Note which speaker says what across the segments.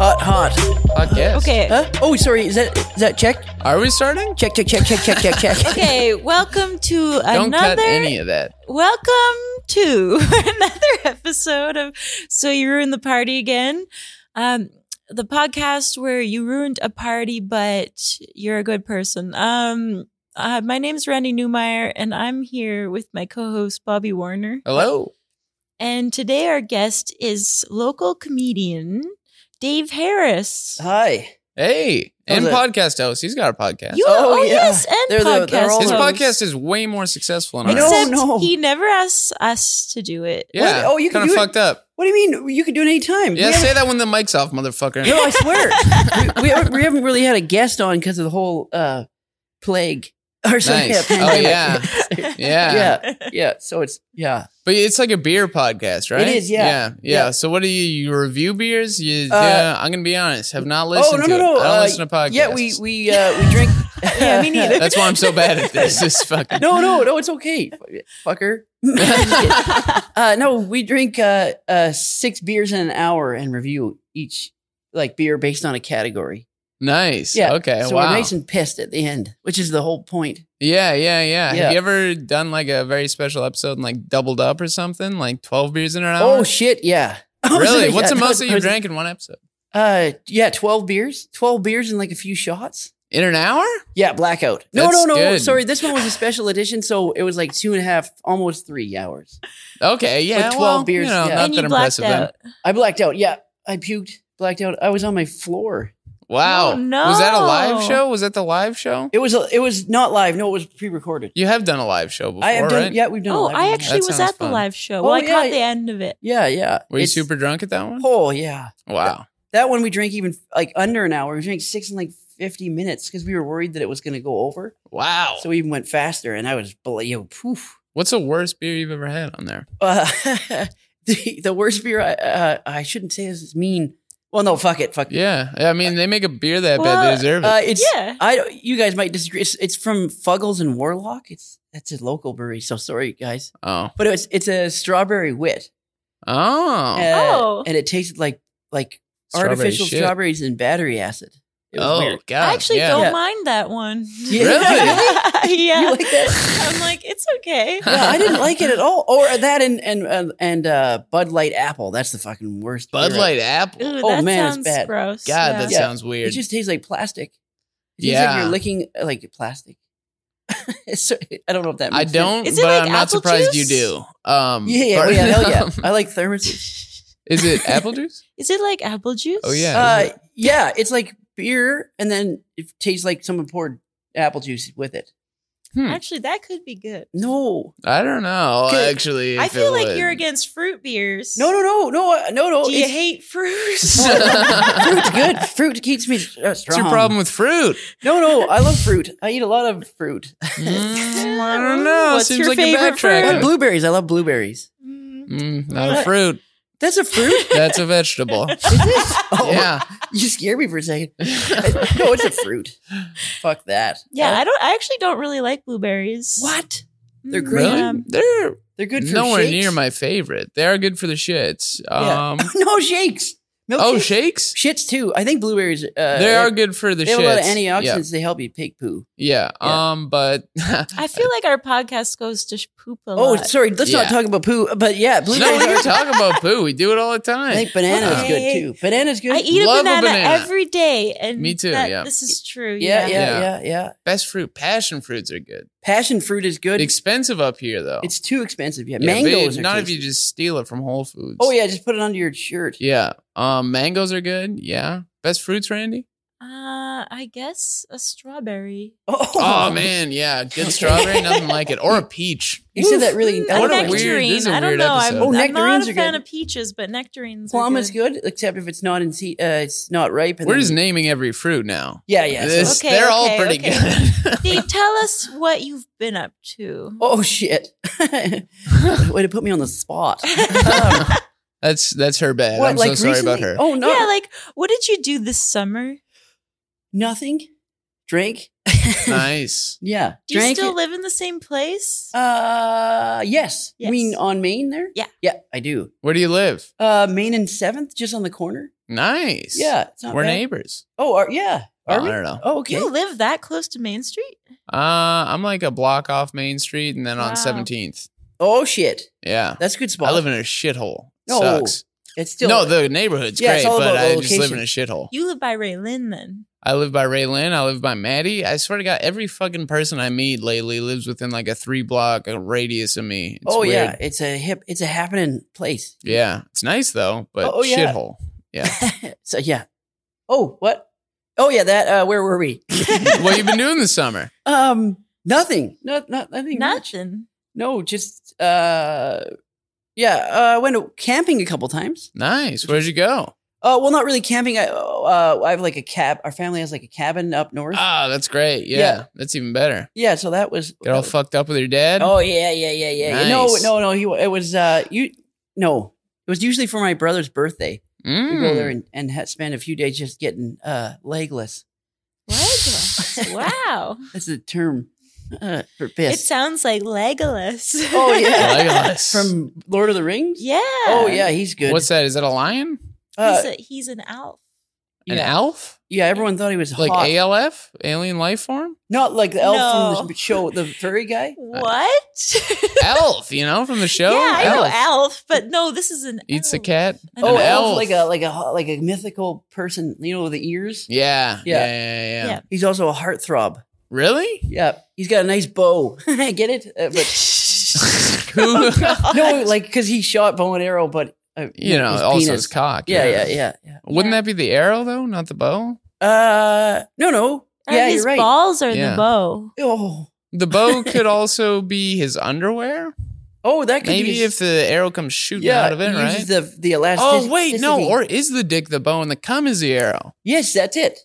Speaker 1: Hot, hot.
Speaker 2: Fuck yes.
Speaker 3: Okay.
Speaker 1: Huh? Oh, sorry. Is that is that check?
Speaker 2: Are we starting?
Speaker 1: Check, check, check, check, check, check, check.
Speaker 3: Okay, welcome to
Speaker 2: Don't
Speaker 3: another
Speaker 2: cut any of that.
Speaker 3: welcome to another episode of So You Ruined the Party Again. Um the podcast where you ruined a party but you're a good person. Um uh, my name's Randy Newmeyer and I'm here with my co-host Bobby Warner.
Speaker 2: Hello.
Speaker 3: And today our guest is local comedian Dave Harris.
Speaker 1: Hi.
Speaker 2: Hey. And
Speaker 1: How's it?
Speaker 2: podcast host. He's got a podcast.
Speaker 3: You
Speaker 1: Oh,
Speaker 3: oh,
Speaker 1: yeah.
Speaker 3: yes, and
Speaker 1: They're the-
Speaker 3: podcast.
Speaker 1: they're all-
Speaker 2: His
Speaker 1: His
Speaker 3: host.
Speaker 2: podcast is way more successful than ours.
Speaker 1: I know.
Speaker 3: Except
Speaker 1: don't know.
Speaker 3: he never asks us to do it.
Speaker 2: Yeah.
Speaker 1: What? Oh, you can
Speaker 2: kind of
Speaker 1: do it.
Speaker 2: fucked up.
Speaker 1: What do you mean? You can do it anytime.
Speaker 2: Yeah,
Speaker 1: We
Speaker 2: say
Speaker 1: haven't-
Speaker 2: that when the mic's off, motherfucker.
Speaker 1: No, I swear. we, we, haven't, we haven't really had a guest on because of the whole uh, plague. Or something.
Speaker 2: Nice. Oh, yeah.
Speaker 1: yeah.
Speaker 2: Yeah.
Speaker 1: Yeah. Yeah. So it's yeah.
Speaker 2: But it's like a beer podcast, right?
Speaker 1: It is, yeah.
Speaker 2: Yeah. Yeah.
Speaker 1: Yeah.
Speaker 2: So what do you you review beers? You,
Speaker 1: Uh,
Speaker 2: yeah, I'm gonna be honest. Have not listened
Speaker 1: oh no
Speaker 2: to
Speaker 1: no
Speaker 2: it.
Speaker 1: no.
Speaker 2: I don't
Speaker 1: uh,
Speaker 2: listen to podcasts.
Speaker 1: Yeah, we we uh, we drink.
Speaker 3: Yeah, me neither.
Speaker 2: That's why I'm so bad at this. This fucking
Speaker 1: no no no. It's okay, fucker. Uh, no, we drink uh, uh, six beers in an hour and review each like beer based on a category.
Speaker 2: nice.
Speaker 1: Yeah.
Speaker 2: Okay.
Speaker 1: So
Speaker 2: wow.
Speaker 1: we're nice and pissed at the end, which is the whole point.
Speaker 2: Yeah, yeah, yeah.
Speaker 1: Yeah.
Speaker 2: Have you ever done like a very special episode and like doubled up or something? Like 12 beers in an hour?
Speaker 1: Oh shit, yeah.
Speaker 2: really?
Speaker 1: Oh, Yeah,
Speaker 2: What's the
Speaker 1: no,
Speaker 2: most that
Speaker 1: I
Speaker 2: you
Speaker 1: was-
Speaker 2: drank in one episode?
Speaker 1: Uh, yeah, twelve beers, twelve beers and like a few shots.
Speaker 2: In an hour?
Speaker 1: Yeah, blackout. No,
Speaker 2: That's
Speaker 1: no, no.
Speaker 2: good.
Speaker 1: Sorry, this one was a special edition, so it was like two and a half, almost three hours.
Speaker 2: Okay, yeah.
Speaker 1: 12
Speaker 2: well,
Speaker 1: beers,
Speaker 2: You know,
Speaker 1: yeah.
Speaker 2: Not
Speaker 3: and
Speaker 2: that
Speaker 3: you blacked
Speaker 2: impressive then.
Speaker 3: out.
Speaker 1: I blacked out. Yeah, I puked, blacked out. I was on my floor.
Speaker 2: Wow.
Speaker 3: Oh, no.
Speaker 2: Was that a live show? Was that the live show?
Speaker 1: It was. A, it was not live. No, it was pre-recorded.
Speaker 2: You have done a live show before,
Speaker 1: I have done.
Speaker 2: right?
Speaker 1: Yeah, we've done. a
Speaker 3: Oh,
Speaker 1: live
Speaker 3: I
Speaker 1: one.
Speaker 3: actually
Speaker 2: That
Speaker 3: was
Speaker 2: sounds
Speaker 3: at the
Speaker 2: fun.
Speaker 3: live show.
Speaker 1: Oh,
Speaker 3: well, I
Speaker 1: yeah,
Speaker 3: caught
Speaker 1: I-
Speaker 3: the end of it.
Speaker 1: Yeah, yeah.
Speaker 2: Were you
Speaker 1: It's-
Speaker 2: super drunk at that one?
Speaker 1: Oh yeah.
Speaker 2: Wow.
Speaker 1: That one we drank even like under an hour. We drank six in like fifty minutes because we were worried that it was going to go over.
Speaker 2: Wow.
Speaker 1: So we even went faster, and I was bl- yo poof.
Speaker 2: What's the worst beer you've ever had on there?
Speaker 1: Uh, the the worst beer. I uh, I shouldn't say this is mean. Well, no, fuck it, fuck it.
Speaker 2: Yeah. I mean, they make a beer that bad,
Speaker 3: Well,
Speaker 2: they deserve it.
Speaker 1: Uh, it's
Speaker 3: Yeah.
Speaker 1: I. don't- You guys might disagree. It's, it's from Fuggles and Warlock. It's that's a local brewery. So sorry, guys.
Speaker 2: oh.
Speaker 1: But it's it's a strawberry wit.
Speaker 2: Oh.
Speaker 1: Uh,
Speaker 3: Oh.
Speaker 1: and it tasted like like
Speaker 2: Strawberry
Speaker 1: artificial
Speaker 2: shit.
Speaker 1: strawberries and battery acid. It was
Speaker 2: Oh,
Speaker 1: weird.
Speaker 2: God.
Speaker 3: I actually
Speaker 2: yeah.
Speaker 3: don't
Speaker 1: Yeah.
Speaker 3: mind that one.
Speaker 1: Yeah.
Speaker 2: Really?
Speaker 3: yeah.
Speaker 1: You like that?
Speaker 3: I'm like, it's okay.
Speaker 1: yeah, I didn't like it at all. Or that and and and, and uh, Bud Light Apple. That's the fucking worst.
Speaker 2: Bud
Speaker 1: beer.
Speaker 2: Light Apple.
Speaker 3: Ooh,
Speaker 1: Oh,
Speaker 3: that
Speaker 1: man, it's
Speaker 3: sounds
Speaker 1: bad.
Speaker 3: gross.
Speaker 2: God,
Speaker 3: yeah.
Speaker 2: that
Speaker 1: Yeah.
Speaker 2: sounds weird.
Speaker 1: It just tastes like plastic. It tastes like
Speaker 2: Yeah.
Speaker 1: you're licking uh, like plastic. so, I don't know if that.
Speaker 2: I
Speaker 1: Makes
Speaker 2: don't,
Speaker 3: Is
Speaker 2: but
Speaker 3: it like
Speaker 2: I'm not
Speaker 3: apple
Speaker 2: surprised
Speaker 3: juice?
Speaker 2: you do. Um,
Speaker 1: Sense. Yeah, yeah,
Speaker 2: but-
Speaker 1: oh, yeah, hell yeah. I like thermoses.
Speaker 2: Is it apple juice?
Speaker 3: Is it like apple juice?
Speaker 2: Oh, yeah.
Speaker 1: Uh, yeah, it's like beer, and then it tastes like someone poured apple juice with it. Mm.
Speaker 2: Hmm.
Speaker 3: Actually, that could be good.
Speaker 1: No,
Speaker 2: I don't know.
Speaker 1: Good.
Speaker 2: Actually,
Speaker 3: I
Speaker 2: if
Speaker 3: feel
Speaker 2: it
Speaker 3: like
Speaker 2: would.
Speaker 3: you're against fruit beers.
Speaker 1: no, no, no, no, no, no.
Speaker 3: Do you
Speaker 1: It's,
Speaker 3: hate fruit?
Speaker 1: fruit's good. Fruit keeps me uh, strong.
Speaker 2: What's your problem with fruit?
Speaker 1: No, no, I love fruit. I eat a lot of fruit.
Speaker 2: Mm, I don't know.
Speaker 3: What's
Speaker 2: Seems
Speaker 3: your
Speaker 2: like you're
Speaker 3: favorite
Speaker 1: I
Speaker 2: backtracking.
Speaker 1: love blueberries. I love blueberries.
Speaker 3: Mm.
Speaker 2: Mm, not a fruit.
Speaker 1: That's a fruit.
Speaker 2: That's a vegetable.
Speaker 1: Is it? Oh,
Speaker 2: yeah.
Speaker 1: You scared me for a second. no, it's a fruit. Fuck that.
Speaker 3: Yeah, I don't. I actually don't really like blueberries.
Speaker 1: What? Mm-hmm. They're
Speaker 3: Mm,
Speaker 1: great.
Speaker 2: Really?
Speaker 3: yeah.
Speaker 2: They're
Speaker 1: They're good for
Speaker 2: nowhere
Speaker 1: shakes.
Speaker 2: near my favorite. They are good for the shits.
Speaker 1: Yeah.
Speaker 2: Um,
Speaker 1: no shakes. Milk
Speaker 2: oh,
Speaker 1: shakes.
Speaker 2: shakes?
Speaker 1: shits too. I think blueberries. Uh,
Speaker 2: They are good for the
Speaker 1: They have
Speaker 2: shits.
Speaker 1: a lot of
Speaker 2: Yeah.
Speaker 1: antioxidants. They help you pig poo.
Speaker 2: yeah.
Speaker 1: Yeah.
Speaker 2: Um, but
Speaker 3: I feel like our podcast goes to sh- poop a
Speaker 1: Oh,
Speaker 3: lot.
Speaker 1: sorry. Let's
Speaker 2: Yeah.
Speaker 1: not talk about poo. But yeah,
Speaker 2: no, we
Speaker 1: blueberries.
Speaker 2: can
Speaker 1: are,
Speaker 2: talk about poo. We do it all the
Speaker 1: I
Speaker 2: time.
Speaker 1: think banana is good
Speaker 3: Okay.
Speaker 1: too. Banana's good.
Speaker 3: I eat a
Speaker 2: Love a
Speaker 3: banana,
Speaker 2: banana.
Speaker 3: every day, and
Speaker 2: Me too,
Speaker 3: that-
Speaker 2: yeah.
Speaker 3: this is true.
Speaker 1: yeah, yeah,
Speaker 2: Yeah.
Speaker 1: yeah, yeah,
Speaker 2: Best fruit, passion fruits are good.
Speaker 1: Passion fruit is good.
Speaker 2: Expensive up here though.
Speaker 1: It's too expensive. Yeah,
Speaker 2: Yeah, but
Speaker 1: mangoes
Speaker 2: it-
Speaker 1: are
Speaker 2: not if
Speaker 1: tasty.
Speaker 2: you just steal it from Whole Foods.
Speaker 1: Oh yeah, just put it under your shirt.
Speaker 2: Yeah. Um, mangoes are good. Yeah. Best fruits, Randy.
Speaker 3: Uh, I guess a strawberry.
Speaker 2: Oh man, yeah. Good strawberry, nothing like it. Or a peach.
Speaker 1: you said that really.
Speaker 3: Mm,
Speaker 1: I
Speaker 3: a
Speaker 2: What
Speaker 1: don't
Speaker 2: a
Speaker 1: know.
Speaker 2: weird-
Speaker 3: nectarine.
Speaker 2: this is a
Speaker 3: I don't
Speaker 2: weird
Speaker 3: know.
Speaker 2: episode.
Speaker 3: I'm,
Speaker 1: Oh,
Speaker 3: I'm
Speaker 1: nectarines
Speaker 3: not
Speaker 1: are
Speaker 3: a fan
Speaker 1: good.
Speaker 3: of peaches, but nectarines.
Speaker 1: Plum
Speaker 3: are
Speaker 1: is good, except if it's not in. Se- uh, it's not ripe. and
Speaker 2: We're
Speaker 1: then-
Speaker 2: just naming every fruit now.
Speaker 1: Yeah, yeah. so-
Speaker 2: This-
Speaker 3: Okay,
Speaker 2: they're all
Speaker 3: okay,
Speaker 2: pretty
Speaker 3: okay.
Speaker 2: good.
Speaker 3: Dave, tell us what you've been up to.
Speaker 1: oh shit! Way to put me on the spot. Um,
Speaker 2: that's that's her bad. I'm so sorry about her.
Speaker 1: Oh no,
Speaker 3: Yeah, like what did you do this summer?
Speaker 1: nothing. drink.
Speaker 2: nice.
Speaker 1: yeah.
Speaker 3: Do you
Speaker 1: drank
Speaker 3: still
Speaker 1: it.
Speaker 3: live in the same place?
Speaker 1: Uh, yes.
Speaker 3: Yes.
Speaker 1: You mean on Maine there?
Speaker 3: Yeah.
Speaker 1: Yeah, I do.
Speaker 2: Where do you live?
Speaker 1: Uh, Maine and Seventh, just on the corner.
Speaker 2: Nice.
Speaker 1: Yeah, it's not
Speaker 2: We're
Speaker 1: bad.
Speaker 2: neighbors.
Speaker 1: Oh, are, yeah. Are
Speaker 2: Oh,
Speaker 1: we?
Speaker 2: I don't know.
Speaker 1: Oh,
Speaker 3: Do
Speaker 1: okay.
Speaker 3: You live that close to Main Street?
Speaker 2: Uh, I'm like a block off Main Street and then
Speaker 3: Wow.
Speaker 2: on 17th.
Speaker 1: Oh shit,
Speaker 2: Yeah.
Speaker 1: that's a good spot.
Speaker 2: I live in a shithole.
Speaker 1: No,
Speaker 2: Sucks.
Speaker 1: It's still
Speaker 2: no, the neighborhood's
Speaker 1: Yeah, it's
Speaker 2: great,
Speaker 1: all
Speaker 2: but
Speaker 1: about
Speaker 2: I
Speaker 1: the
Speaker 2: just live in a
Speaker 1: location.
Speaker 2: shithole.
Speaker 3: You live by Ray Lynn then.
Speaker 2: I live by Ray Lynn. I live by Maddie. I swear to God, every fucking person I meet lately lives within like a three block radius of me. It's
Speaker 1: oh yeah,
Speaker 2: weird.
Speaker 1: it's a hip. It's a happening place.
Speaker 2: Yeah. It's nice though, but
Speaker 1: Oh, oh, yeah.
Speaker 2: shithole.
Speaker 1: So yeah. Oh what? Oh yeah, that. Uh, where were we?
Speaker 2: what you been doing this summer?
Speaker 1: um, nothing. Not not nothing. much.
Speaker 3: Nothing.
Speaker 1: No, just uh, yeah. Uh, I went to camping a couple times.
Speaker 2: Nice. Where'd you go?
Speaker 1: Uh, well, not really camping. I uh, I have like a cab. Our family has like a cabin up north.
Speaker 2: Ah, that's great. Yeah,
Speaker 1: Yeah.
Speaker 2: That's even better.
Speaker 1: yeah, so that was.
Speaker 2: Get all
Speaker 1: that was-
Speaker 2: fucked up with your dad.
Speaker 1: Oh yeah, yeah, yeah, yeah. yeah.
Speaker 2: Nice.
Speaker 1: No, no, no. He wa- it was uh you no. It was usually for my brother's birthday. We
Speaker 2: Mm.
Speaker 1: go there and, and ha- spend a few days just getting uh legless.
Speaker 3: What? wow.
Speaker 1: That's the term uh, for
Speaker 3: It
Speaker 1: piss.
Speaker 3: sounds like Legolas.
Speaker 1: oh yeah,
Speaker 2: Legolas.
Speaker 1: from Lord of the Rings.
Speaker 3: yeah.
Speaker 1: Oh yeah, he's good.
Speaker 2: What's that? Is that a lion?
Speaker 1: Uh,
Speaker 3: he's, a, he's an elf.
Speaker 1: yeah.
Speaker 2: An elf?
Speaker 1: Yeah, everyone thought he was
Speaker 2: Like
Speaker 1: hot.
Speaker 2: ALF? Alien life form?
Speaker 1: Not like the elf from
Speaker 3: No.
Speaker 1: the show, the furry
Speaker 2: uh,
Speaker 1: guy.
Speaker 3: What?
Speaker 2: elf, you know, from the show?
Speaker 3: yeah, I know
Speaker 2: elf.
Speaker 3: elf, but no, this is an
Speaker 2: Eats a
Speaker 3: elf.
Speaker 2: cat.
Speaker 3: An
Speaker 1: Oh,
Speaker 2: An
Speaker 1: elf,
Speaker 2: elf.
Speaker 1: like a like a ho- like a mythical person. You know, with the ears.
Speaker 2: Yeah. Yeah.
Speaker 1: Yeah.
Speaker 2: Yeah. Yeah.
Speaker 3: Yeah.
Speaker 1: He's also a heartthrob.
Speaker 2: Really?
Speaker 1: Yeah, he's got a nice bow. Get it? Uh, but
Speaker 2: Who?
Speaker 3: God.
Speaker 1: no, like because he shot bow and arrow, but uh,
Speaker 2: you know,
Speaker 1: his
Speaker 2: also
Speaker 1: penis.
Speaker 2: his cock.
Speaker 1: Yeah, yeah, yeah, yeah.
Speaker 2: Wouldn't
Speaker 3: Yeah.
Speaker 2: that be the arrow though, not the bow?
Speaker 1: Uh, no, no.
Speaker 3: And
Speaker 1: yeah,
Speaker 3: his
Speaker 1: you're right.
Speaker 3: balls are
Speaker 2: Yeah.
Speaker 3: the bow.
Speaker 1: Oh,
Speaker 2: The bow could also be his underwear.
Speaker 1: oh, that could
Speaker 2: Maybe
Speaker 1: be
Speaker 2: if the arrow comes shooting
Speaker 1: yeah,
Speaker 2: out of it,
Speaker 1: he
Speaker 2: right?
Speaker 1: uses the the elasticity.
Speaker 2: Oh wait, no. Or is the dick the bow and the cum is the arrow?
Speaker 1: yes, that's it.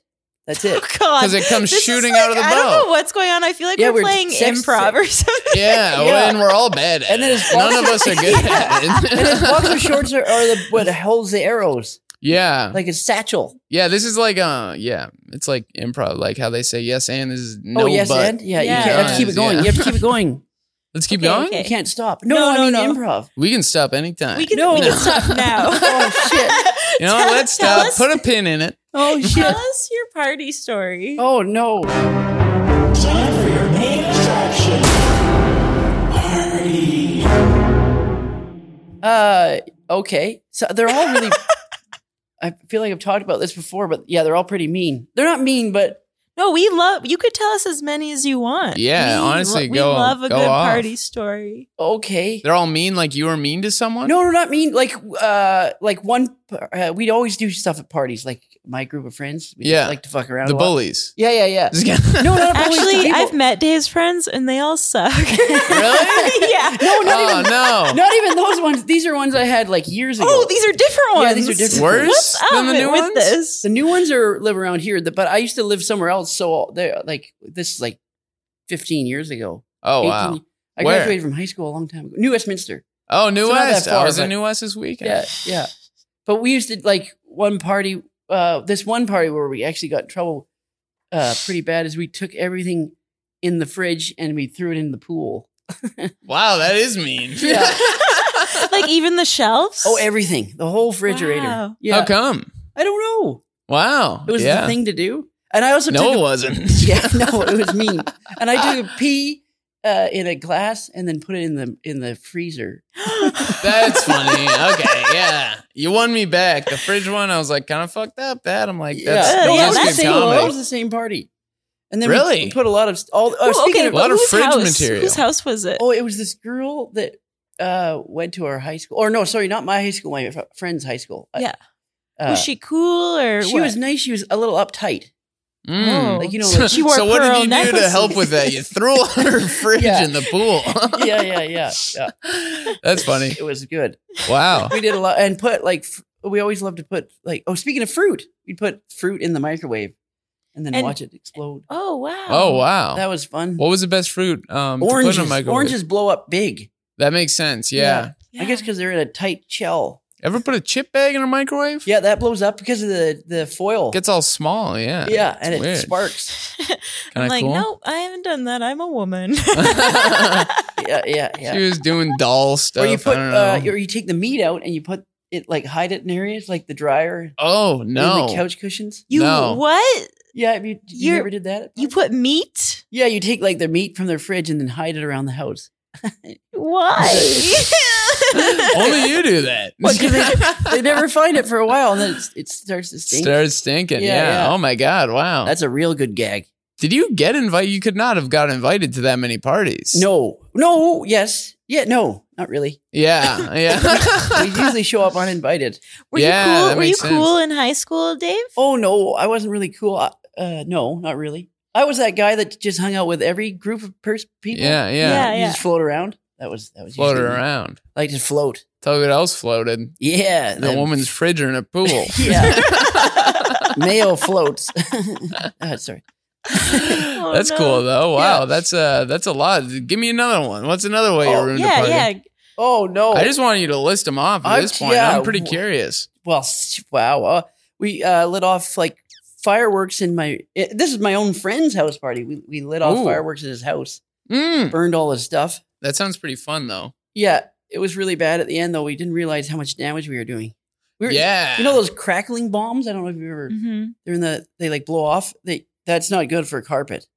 Speaker 1: That's it.
Speaker 3: Oh God!
Speaker 2: Because it comes
Speaker 3: This is
Speaker 2: shooting
Speaker 3: like-
Speaker 2: out of the
Speaker 3: I don't know
Speaker 2: bow.
Speaker 3: what's going on. I feel like
Speaker 1: Yeah,
Speaker 3: we're,
Speaker 1: we're
Speaker 3: playing
Speaker 1: sex-
Speaker 3: improv or something.
Speaker 2: Yeah,
Speaker 1: Yeah.
Speaker 2: and we're all bad at
Speaker 1: And then
Speaker 2: it.
Speaker 1: his boxer-
Speaker 2: None of us are good at
Speaker 1: and his boxer
Speaker 2: it.
Speaker 1: shorts are, are the what holds the arrows,
Speaker 2: yeah,
Speaker 1: like his satchel.
Speaker 2: yeah. This is like, uh, yeah, it's like improv, like how they say yes and this is no
Speaker 1: oh yes,
Speaker 2: but.
Speaker 1: and yeah,
Speaker 3: Yeah.
Speaker 1: you can't, have to keep it going.
Speaker 2: Yeah.
Speaker 1: You have to keep it going.
Speaker 2: Let's keep
Speaker 3: Okay,
Speaker 2: going.
Speaker 3: okay.
Speaker 1: You can't stop. No,
Speaker 3: No,
Speaker 1: no, I
Speaker 3: no,
Speaker 1: mean
Speaker 3: no.
Speaker 1: improv.
Speaker 2: We can stop anytime.
Speaker 3: We can,
Speaker 1: No.
Speaker 3: we can stop now.
Speaker 1: Oh shit.
Speaker 2: you know,
Speaker 3: Tell-
Speaker 2: let's
Speaker 3: tell
Speaker 2: stop.
Speaker 3: us-
Speaker 2: Put a pin in it.
Speaker 1: Oh shit.
Speaker 3: Tell us your party story.
Speaker 1: Oh no.
Speaker 4: Time for your main attraction. Party.
Speaker 1: Uh, okay. So they're all really. I feel like I've talked about this before, but yeah, they're all pretty mean. They're not mean, but
Speaker 3: No, we love. You could tell us as many as you want.
Speaker 2: Yeah,
Speaker 3: We
Speaker 2: honestly,
Speaker 3: we
Speaker 2: go-
Speaker 3: love a
Speaker 2: go
Speaker 3: good
Speaker 2: off.
Speaker 3: party story.
Speaker 1: okay.
Speaker 2: They're all mean, like you were mean to someone.
Speaker 1: No, they're not mean. Like, uh, like one. Uh, we'd always do stuff at parties. Like my group of friends. We
Speaker 2: Yeah.
Speaker 1: like to fuck around.
Speaker 2: the
Speaker 1: a lot.
Speaker 2: bullies.
Speaker 1: Yeah, yeah, yeah. No, not bullies. the
Speaker 3: Actually,
Speaker 1: people-
Speaker 3: I've met Dave's friends, and they all suck.
Speaker 2: Really?
Speaker 3: yeah.
Speaker 1: no, not
Speaker 2: oh
Speaker 1: even.
Speaker 2: no!
Speaker 1: Not even those ones. These are ones I had like years ago.
Speaker 3: Oh, these are different ones.
Speaker 1: Yeah, these are different.
Speaker 2: Worse
Speaker 3: What's up
Speaker 2: than the new
Speaker 3: with
Speaker 2: ones?
Speaker 3: this?
Speaker 1: the new ones are live around here. the- But I used to live somewhere else. So they're like this is like fifteen years ago.
Speaker 2: Oh
Speaker 1: 18
Speaker 2: wow!
Speaker 1: I
Speaker 2: Where?
Speaker 1: graduated from high school a long time ago. New Westminster.
Speaker 2: Oh, New
Speaker 1: So not that
Speaker 2: West. I
Speaker 1: far,
Speaker 2: was
Speaker 1: but-
Speaker 2: in New West this weekend.
Speaker 1: Yeah, yeah. But we used to like one party. Uh, this one party where we actually got in trouble uh, pretty bad is we took everything in the fridge and we threw it in the pool.
Speaker 2: Wow, that is mean.
Speaker 1: Yeah.
Speaker 3: like even the shelves.
Speaker 1: Oh, everything, the whole refrigerator.
Speaker 3: Wow.
Speaker 1: Yeah,
Speaker 2: How come?
Speaker 1: I don't know.
Speaker 2: Wow.
Speaker 1: It was
Speaker 2: yeah.
Speaker 1: the thing to do, and I also
Speaker 2: no, it
Speaker 1: took
Speaker 2: wasn't.
Speaker 1: a, yeah, no, it was mean. And I took a pee uh, in a glass and then put it in the in the freezer.
Speaker 2: That's funny. Okay, yeah. You won me back. The fridge one, I was like kind of fucked up. That I'm like, that's
Speaker 1: yeah,
Speaker 3: Uh,
Speaker 1: no,
Speaker 2: no,
Speaker 3: yeah,
Speaker 1: that was the
Speaker 2: that's
Speaker 3: that's
Speaker 2: good
Speaker 1: same- that was
Speaker 2: comedy.
Speaker 1: the same party. And then
Speaker 2: Really?
Speaker 1: we put a lot of st- all. Oh,
Speaker 3: Ooh,
Speaker 1: speaking
Speaker 3: okay,
Speaker 1: of
Speaker 2: A lot of
Speaker 3: whose
Speaker 2: fridge
Speaker 3: house-
Speaker 2: material.
Speaker 3: Whose house was it?
Speaker 1: Oh, it was this girl that uh, went to our high school, or no, sorry, not my high school, my fr- friend's high school. I-
Speaker 3: Yeah.
Speaker 1: uh,
Speaker 3: was she cool or
Speaker 1: she
Speaker 3: what?
Speaker 1: was nice. She was a little uptight,
Speaker 2: Mm.
Speaker 3: Oh.
Speaker 1: like you know, like,
Speaker 3: She wore
Speaker 2: so what did
Speaker 3: pearl
Speaker 2: you do to
Speaker 3: necklaces.
Speaker 2: help with that? You threw all her fridge
Speaker 1: Yeah.
Speaker 2: in the pool.
Speaker 1: yeah, yeah, yeah, yeah.
Speaker 2: That's funny.
Speaker 1: It was good.
Speaker 2: Wow.
Speaker 1: We did a lot and put like fr- we always love to put like oh, speaking of fruit, we'd put fruit in the microwave and then
Speaker 3: And-
Speaker 1: watch it explode.
Speaker 3: Oh wow!
Speaker 2: Oh wow.
Speaker 1: That was fun.
Speaker 2: what was the best fruit? Um, to put in a
Speaker 1: oranges,
Speaker 2: microwave?
Speaker 1: oranges blow up big.
Speaker 2: That makes sense. Yeah.
Speaker 1: I guess because they're in a tight shell.
Speaker 2: Ever put a chip bag in a microwave?
Speaker 1: Yeah, that blows up because of the the foil.
Speaker 2: Gets all small, yeah.
Speaker 1: yeah, and it
Speaker 2: weird.
Speaker 1: sparks.
Speaker 3: I'm
Speaker 2: Kinda
Speaker 3: like,
Speaker 2: cool.
Speaker 3: no, I haven't done that. I'm a woman.
Speaker 1: Yeah, yeah,
Speaker 2: She
Speaker 1: yeah.
Speaker 2: was doing doll stuff.
Speaker 1: Or you put
Speaker 2: Oh, I don't know.
Speaker 1: uh, or you take the meat out and you put it like hide it in areas like the dryer,
Speaker 2: oh
Speaker 1: in the
Speaker 2: no.
Speaker 1: couch cushions.
Speaker 3: you
Speaker 2: No.
Speaker 3: what?
Speaker 1: Yeah, have you, you
Speaker 3: You're-
Speaker 1: ever did that?
Speaker 3: You put meat?
Speaker 1: yeah, you take like the meat from their fridge and then hide it around the house.
Speaker 3: Why?
Speaker 2: Only you do that.
Speaker 1: What, 'cause They never find it for a while, and then it's, it starts to stink.
Speaker 2: Starts stinking.
Speaker 1: Yeah,
Speaker 2: Yeah,
Speaker 1: yeah.
Speaker 2: Oh my god. Wow.
Speaker 1: That's a real good gag.
Speaker 2: Did you get invited? You could not have got invited to that many parties.
Speaker 1: No, no, yes, yeah, no, not really.
Speaker 2: Yeah.
Speaker 1: We
Speaker 2: Yeah.
Speaker 1: usually show up uninvited.
Speaker 3: Were
Speaker 2: Yeah,
Speaker 3: you cool?
Speaker 2: that
Speaker 3: Were you
Speaker 2: makes
Speaker 3: cool in high school, Dave?
Speaker 1: Oh no, I wasn't really cool. Uh, uh, no, not really. I was that guy that just hung out with every group of pers- people.
Speaker 2: yeah. Yeah.
Speaker 1: you
Speaker 3: yeah.
Speaker 1: just float around. That was that was
Speaker 2: Floated
Speaker 1: usually me.
Speaker 2: around.
Speaker 1: Like to float.
Speaker 2: Tell what else floated.
Speaker 1: Yeah,
Speaker 2: The
Speaker 1: that-
Speaker 2: woman's fridge or in a pool.
Speaker 1: Yeah, male floats. Uh, sorry.
Speaker 2: that's
Speaker 3: no.
Speaker 2: cool though. Wow,
Speaker 1: Oh, Yeah.
Speaker 2: that's uh that's a lot. Give me another one. What's another way
Speaker 1: Oh,
Speaker 2: you ruined a
Speaker 3: yeah,
Speaker 2: party?
Speaker 3: yeah.
Speaker 1: Oh no!
Speaker 2: I just want you to list them off at
Speaker 1: I-
Speaker 2: this point.
Speaker 1: yeah,
Speaker 2: I'm pretty
Speaker 1: w-
Speaker 2: curious.
Speaker 1: well, s- wow. Uh, we uh, lit off like fireworks in my. It, this is my own friend's house party. We we lit off
Speaker 2: Ooh.
Speaker 1: fireworks in his house.
Speaker 2: Mm,
Speaker 1: Burned all his stuff.
Speaker 2: that sounds pretty fun though.
Speaker 1: Yeah, it was really bad at the end though. We didn't realize how much damage we were doing. We were,
Speaker 2: yeah.
Speaker 1: You know those crackling bombs? I don't know if you ever.
Speaker 3: hmm
Speaker 1: They're in the. They like blow off. They that's not good for carpet.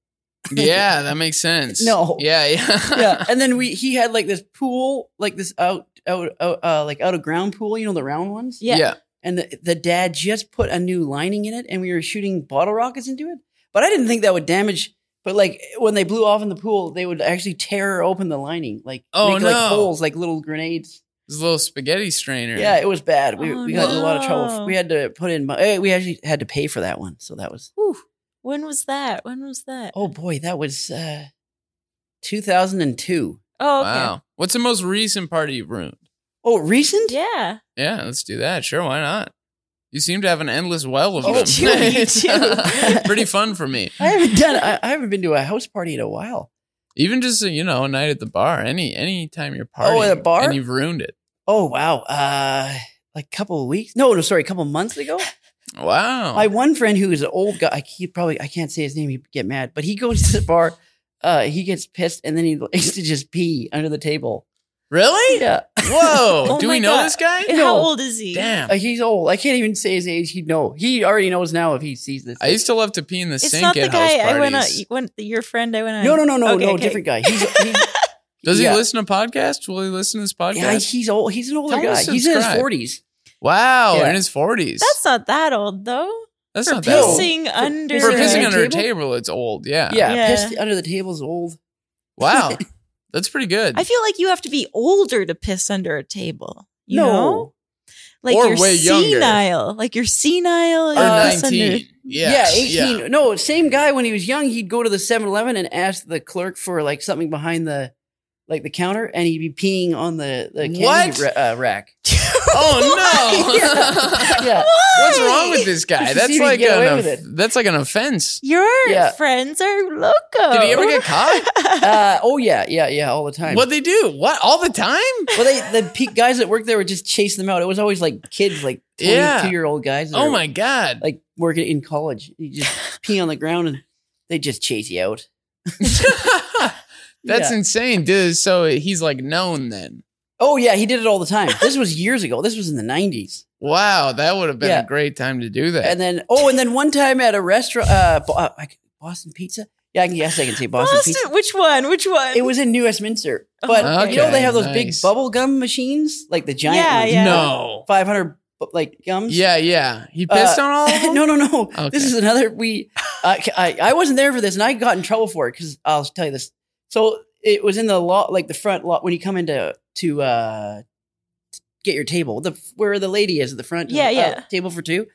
Speaker 2: yeah, that makes sense.
Speaker 1: No.
Speaker 2: Yeah, yeah.
Speaker 1: yeah, and then we he had like this pool, like this out out, out uh, like out of ground pool. You know the round ones.
Speaker 3: Yeah.
Speaker 1: and the, the dad just put a new lining in it and we were shooting bottle rockets into it but i didn't think that would damage but like when they blew off in the pool they would actually tear open the lining like
Speaker 2: Oh,
Speaker 1: make like
Speaker 2: no.
Speaker 1: holes like little grenades
Speaker 2: This little spaghetti strainer.
Speaker 1: yeah it was bad we,
Speaker 3: Oh,
Speaker 1: we got in a lot of
Speaker 3: no.
Speaker 1: trouble we had to put in mo- eh, we actually had to pay for that one so that was
Speaker 3: When was that? When was that?
Speaker 1: oh boy that was uh 2002
Speaker 3: Oh, okay.
Speaker 2: Wow. What's the most recent party you've ruined?
Speaker 1: oh recent
Speaker 3: Yeah.
Speaker 2: Yeah, let's do that. Sure, why not? You seem to have an endless well of
Speaker 1: Oh,
Speaker 2: them.
Speaker 1: you do, you do.
Speaker 2: pretty fun for me.
Speaker 1: i haven't done I, I haven't been to a house party in a while
Speaker 2: Even just you know, a night at the bar. Any any time you're partying
Speaker 1: at a bar?
Speaker 2: and you've ruined it.
Speaker 1: oh wow uh like a couple of weeks no no sorry a couple of months ago
Speaker 2: Wow.
Speaker 1: My one friend who is an old guy, he probably I can't say his name. He'd get mad, but he goes to the bar. Uh, he gets pissed, and then he likes to just pee under the table.
Speaker 2: really?
Speaker 1: Yeah,
Speaker 2: Whoa.
Speaker 3: Oh
Speaker 2: do we
Speaker 3: my
Speaker 2: know
Speaker 3: God.
Speaker 2: this guy?
Speaker 3: And
Speaker 1: No.
Speaker 3: How old is he?
Speaker 2: Damn.
Speaker 1: like Uh, he's old. I can't even say his age. He'd know. He already knows now if he sees this.
Speaker 2: I used to love to pee in the
Speaker 3: It's
Speaker 2: sink
Speaker 3: not the
Speaker 2: at house
Speaker 3: guy I went out.
Speaker 2: parties.
Speaker 3: When your friend I went out.
Speaker 1: no, no, no, no,
Speaker 3: Okay,
Speaker 1: no.
Speaker 3: okay.
Speaker 1: Different guy. He's, he's
Speaker 2: Does he
Speaker 1: Yeah.
Speaker 2: listen to podcasts? Will he listen to this podcast?
Speaker 1: yeah, he's old. He's an older
Speaker 2: Tell him
Speaker 1: guy.
Speaker 2: to
Speaker 1: He's in his
Speaker 2: subscribe.
Speaker 1: forties.
Speaker 2: Wow,
Speaker 1: Yeah.
Speaker 2: in his forties.
Speaker 3: That's not that old though.
Speaker 2: That's
Speaker 3: for
Speaker 2: not that old.
Speaker 3: pissing under.
Speaker 2: For
Speaker 1: Pissing
Speaker 2: pissing
Speaker 1: under
Speaker 2: under
Speaker 1: a
Speaker 2: a table, it's old. Yeah.
Speaker 1: Yeah,
Speaker 3: Yeah.
Speaker 1: pissed under the table's old.
Speaker 2: Wow. That's pretty good.
Speaker 3: I feel like you have to be older to piss under a table. You
Speaker 1: no,
Speaker 3: know? Like
Speaker 2: Or
Speaker 3: you're
Speaker 2: way younger.
Speaker 3: senile. Like you're senile.
Speaker 2: or
Speaker 3: and piss under-
Speaker 2: 19. Yeah.
Speaker 1: yeah, eighteen. No, same guy when he was young, he'd go to the 7-Eleven and ask the clerk for like something behind the. Like the counter, and he'd be peeing on the the candy
Speaker 2: What?
Speaker 1: ra- uh, rack.
Speaker 2: Oh no.
Speaker 1: Yeah,
Speaker 2: What's wrong with this
Speaker 1: You
Speaker 2: guy?
Speaker 1: should see
Speaker 2: That's
Speaker 1: if he
Speaker 2: like
Speaker 1: can get away
Speaker 2: an
Speaker 1: with
Speaker 2: off- that's like an offense.
Speaker 3: Your
Speaker 1: Yeah.
Speaker 3: friends are loco.
Speaker 2: Did he ever get caught?
Speaker 1: uh, oh yeah, yeah, yeah, all the Oh. time.
Speaker 2: What'd they do? What all the time?
Speaker 1: Well, they the pe- guys that worked there would just chase them out. It was always like kids, like twenty-two
Speaker 2: Yeah.
Speaker 1: year old guys. that
Speaker 2: Oh
Speaker 1: are,
Speaker 2: my god.
Speaker 1: Like working in college, you just pee on the ground and they just chase you out.
Speaker 2: That's
Speaker 1: Yeah.
Speaker 2: insane, dude. So he's like known then.
Speaker 1: Oh yeah, he did it all the time. This was years ago. This was in the nineties.
Speaker 2: Wow, that would have been
Speaker 1: Yeah.
Speaker 2: a great time to do that.
Speaker 1: And then oh, and then one time at a restaurant, uh, Bo- uh, I c- Boston Pizza. Yeah, I can, yes, I can say Boston,
Speaker 3: Boston?
Speaker 1: Pizza.
Speaker 3: Which one? Which one?
Speaker 1: It was in New Westminster, but you know
Speaker 2: Okay,
Speaker 1: they have those big
Speaker 2: nice.
Speaker 1: bubble gum machines, like the giant,
Speaker 3: Yeah, yeah.
Speaker 2: No.
Speaker 1: five hundred like gums.
Speaker 2: Yeah, yeah. He pissed
Speaker 1: Uh,
Speaker 2: on all of them?
Speaker 1: no, no, no.
Speaker 2: Okay.
Speaker 1: This is another. We, I I, I wasn't there for this, and I got in trouble for it because I'll tell you this. So it was in the lot, like the front lot, when you come into to uh get your table, the where the lady is at the front.
Speaker 3: Yeah,
Speaker 1: uh,
Speaker 3: yeah.
Speaker 1: table for two.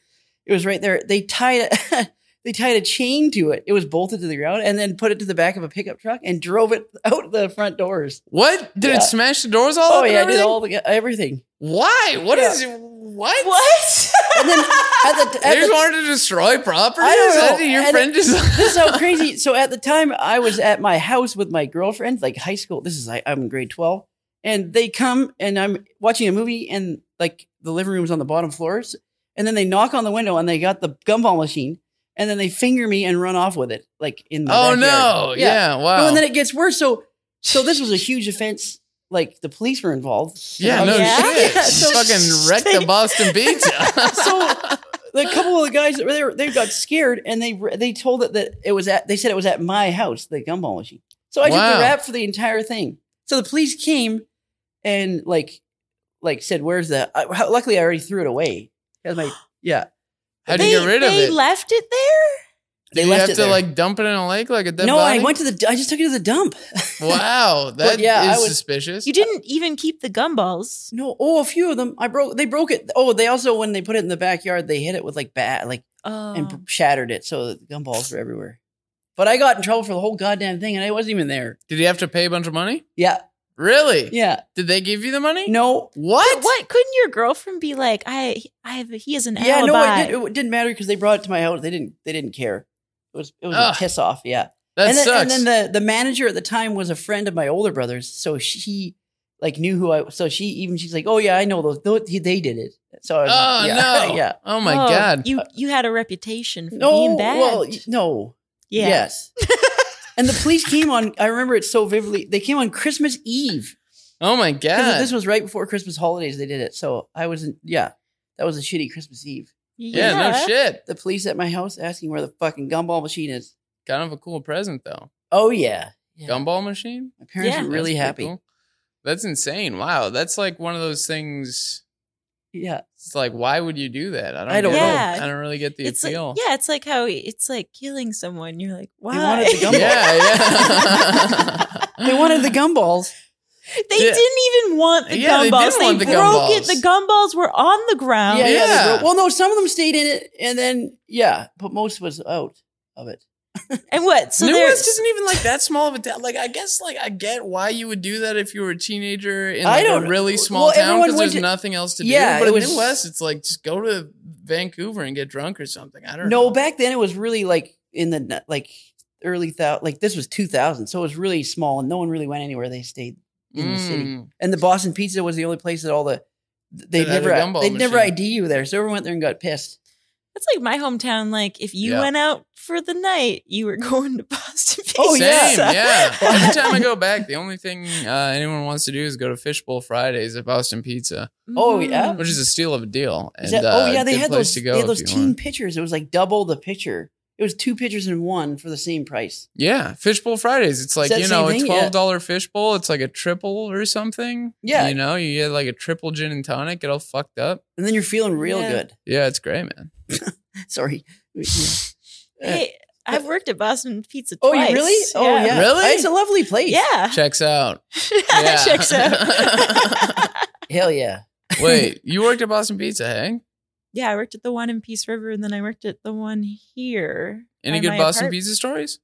Speaker 1: It was right there. They tied a, they tied a chain to it. It was bolted to the ground, and then put it to the back of a pickup truck and drove it out the front doors.
Speaker 2: What? Did
Speaker 1: Yeah.
Speaker 2: it smash the doors all
Speaker 1: Oh
Speaker 2: open?
Speaker 1: yeah, I
Speaker 2: and
Speaker 1: did
Speaker 2: everything?
Speaker 1: all the everything.
Speaker 2: Why? What
Speaker 1: Yeah.
Speaker 2: is what?
Speaker 3: what?
Speaker 1: And then at the
Speaker 2: They
Speaker 1: at
Speaker 2: just
Speaker 1: the,
Speaker 2: wanted to destroy property?
Speaker 1: I don't
Speaker 2: Is that
Speaker 1: know.
Speaker 2: your
Speaker 1: And
Speaker 2: friend just
Speaker 1: this is how crazy. So at the time, I was at my house with my girlfriend, like high school. This is I, I'm in grade twelve, and they come and I'm watching a movie, and like the living room's on the bottom floors, and then they knock on the window and they got the gumball machine, and then they finger me and run off with it, like in the
Speaker 2: Oh
Speaker 1: backyard.
Speaker 2: no! Yeah, wow.
Speaker 1: No, and then it gets worse. So, so this was a huge offense. Like the police were involved.
Speaker 2: yeah, no
Speaker 3: Yeah.
Speaker 2: shit.
Speaker 1: Yeah, so-
Speaker 2: fucking wrecked the Boston pizza.
Speaker 1: so the couple of the guys they were, they got scared and they they told it that it was at they said it was at my house the gumball machine. So I took
Speaker 2: Wow.
Speaker 1: the rap for the entire thing. So the police came and like like said where's the I, luckily I already threw it away. I was like yeah.
Speaker 2: How'd
Speaker 3: they,
Speaker 2: you get rid of
Speaker 3: they
Speaker 2: it?
Speaker 3: left it there?
Speaker 1: They
Speaker 2: Did you
Speaker 1: left
Speaker 2: have
Speaker 1: it
Speaker 2: to
Speaker 1: there.
Speaker 2: like dump it in a lake like a dead
Speaker 1: no,
Speaker 2: body?
Speaker 1: I went to the I just took it to the dump.
Speaker 2: Wow, that is
Speaker 1: yeah, I was-
Speaker 2: suspicious.
Speaker 3: You didn't even keep the gumballs.
Speaker 1: No, oh, a few of them I broke. They broke it. Oh, they also when they put it in the backyard, they hit it with like bat, like
Speaker 3: Oh.
Speaker 1: and b- shattered it. So the gumballs were everywhere. But I got in trouble for the whole goddamn thing, and I wasn't even there.
Speaker 2: Did you have to pay a bunch of money?
Speaker 1: Yeah,
Speaker 2: Really?
Speaker 1: yeah.
Speaker 2: Did they give you the money?
Speaker 1: No,
Speaker 2: What?
Speaker 3: But what? Couldn't your girlfriend be like, I, I have, he is an
Speaker 1: yeah,
Speaker 3: alibi.
Speaker 1: no. It, did, it didn't matter because they brought it to my house. They didn't. They didn't care. It was. It was
Speaker 2: Ugh.
Speaker 1: a piss off. Yeah.
Speaker 2: That
Speaker 1: and then,
Speaker 2: sucks.
Speaker 1: And then the the manager at the time was a friend of my older brother's, so she like knew who I. So she even she's like, oh yeah, I know those. Those- They did it. So I was
Speaker 2: oh
Speaker 1: like, yeah,
Speaker 2: no!
Speaker 1: yeah.
Speaker 2: Oh my
Speaker 3: Oh,
Speaker 2: god!
Speaker 3: You, you had a reputation for
Speaker 1: No,
Speaker 3: being bad.
Speaker 1: well, y- no.
Speaker 3: yeah.
Speaker 1: Yes. and the police came on. I remember it so vividly. They came on Christmas Eve.
Speaker 2: oh my
Speaker 1: 'Cause
Speaker 2: god!
Speaker 1: This was right before Christmas holidays. They did it. So I wasn't, yeah, that was a shitty Christmas Eve.
Speaker 2: yeah, no shit.
Speaker 1: The police at my house asking where the fucking gumball machine is.
Speaker 2: Kind of a cool present though.
Speaker 1: Oh, yeah. Yeah.
Speaker 2: Gumball machine.
Speaker 1: My parents
Speaker 3: Yeah.
Speaker 1: were
Speaker 2: That's
Speaker 1: really
Speaker 2: pretty
Speaker 1: happy.
Speaker 2: cool. That's insane! Wow, that's like one of those things.
Speaker 1: Yeah.
Speaker 2: It's like, why would you do that? I don't.
Speaker 1: I don't
Speaker 2: get
Speaker 3: know.
Speaker 2: it.
Speaker 3: Yeah.
Speaker 2: I don't really get the
Speaker 3: It's like,
Speaker 2: appeal.
Speaker 3: yeah, it's like how it's like killing someone. You're like, why?
Speaker 1: wanted the
Speaker 2: yeah,
Speaker 1: gumball.
Speaker 2: yeah.
Speaker 1: They wanted the gumballs.
Speaker 3: They
Speaker 2: Yeah.
Speaker 3: didn't even want the
Speaker 2: Yeah, they didn't
Speaker 3: gumballs. They,
Speaker 2: want the
Speaker 3: broke it.
Speaker 2: gumballs.
Speaker 3: The gumballs were on the ground.
Speaker 1: yeah, yeah.
Speaker 2: Oh, Yeah.
Speaker 1: they broke- well, no, some of them stayed in it. And then, yeah, but most was out of it.
Speaker 3: And what? So
Speaker 2: New
Speaker 3: there.
Speaker 2: West isn't even like that small of a town. Like I guess like I get why you would do that if you were a teenager in
Speaker 1: I
Speaker 2: like a
Speaker 1: don't-
Speaker 2: really small
Speaker 1: well,
Speaker 2: town
Speaker 1: everyone
Speaker 2: because
Speaker 1: went
Speaker 2: there's
Speaker 1: to-
Speaker 2: nothing else to
Speaker 1: Yeah,
Speaker 2: do. But
Speaker 1: it
Speaker 2: in
Speaker 1: was-
Speaker 2: New West, it's like just go to Vancouver and get drunk or something. I don't know.
Speaker 1: No, back then it was really like in the like early thou like this was 2000, so it was really small and no one really went anywhere. They stayed in the city,
Speaker 2: Mm.
Speaker 1: and the Boston Pizza was the only place that all the they
Speaker 2: That had a
Speaker 1: never
Speaker 2: gumball
Speaker 1: they would never
Speaker 2: machine.
Speaker 1: ID you there, so everyone went there and got pissed.
Speaker 3: That's like my hometown. Like if you
Speaker 2: Yeah.
Speaker 3: went out for the night, you were going to Boston Pizza.
Speaker 1: Oh,
Speaker 2: Same,
Speaker 1: yeah.
Speaker 2: yeah. Every time I go back, the only thing uh, anyone wants to do is go to Fishbowl Fridays at Boston Pizza,
Speaker 1: Oh,
Speaker 3: Mm-hmm.
Speaker 1: yeah.
Speaker 2: which is a steal of a deal. And,
Speaker 1: Is that-
Speaker 2: uh,
Speaker 1: oh yeah, they
Speaker 2: good
Speaker 1: had
Speaker 2: place
Speaker 1: those
Speaker 2: to go
Speaker 1: they had
Speaker 2: if
Speaker 1: those
Speaker 2: you
Speaker 1: teen
Speaker 2: want.
Speaker 1: pitchers. It was like double the pitcher. It was two pitchers in one for the same price.
Speaker 2: Yeah, Fishbowl Fridays. It's like
Speaker 1: that
Speaker 2: you
Speaker 1: the
Speaker 2: know, a
Speaker 1: same thing? Yeah.
Speaker 2: twelve dollar fishbowl. It's like a triple or something.
Speaker 1: Yeah.
Speaker 2: you know, you get like a triple gin and tonic. Get all fucked up.
Speaker 1: And then you're feeling real
Speaker 3: Yeah.
Speaker 1: good.
Speaker 2: Yeah, it's great, man.
Speaker 1: Sorry. Yeah.
Speaker 3: Hey, I've worked at Boston Pizza.
Speaker 1: Oh,
Speaker 3: twice.
Speaker 1: you really? Oh yeah.
Speaker 2: Really?
Speaker 1: It's a lovely place.
Speaker 3: Yeah.
Speaker 2: Checks out. Yeah.
Speaker 3: yeah. Checks out.
Speaker 1: Hell yeah.
Speaker 2: Wait, you worked at Boston Pizza, hey?
Speaker 3: yeah, I worked at the one in Peace River, and then I worked at the one here.
Speaker 2: Any
Speaker 3: by
Speaker 2: good
Speaker 3: my
Speaker 2: Boston
Speaker 3: apart-
Speaker 2: Pizza stories?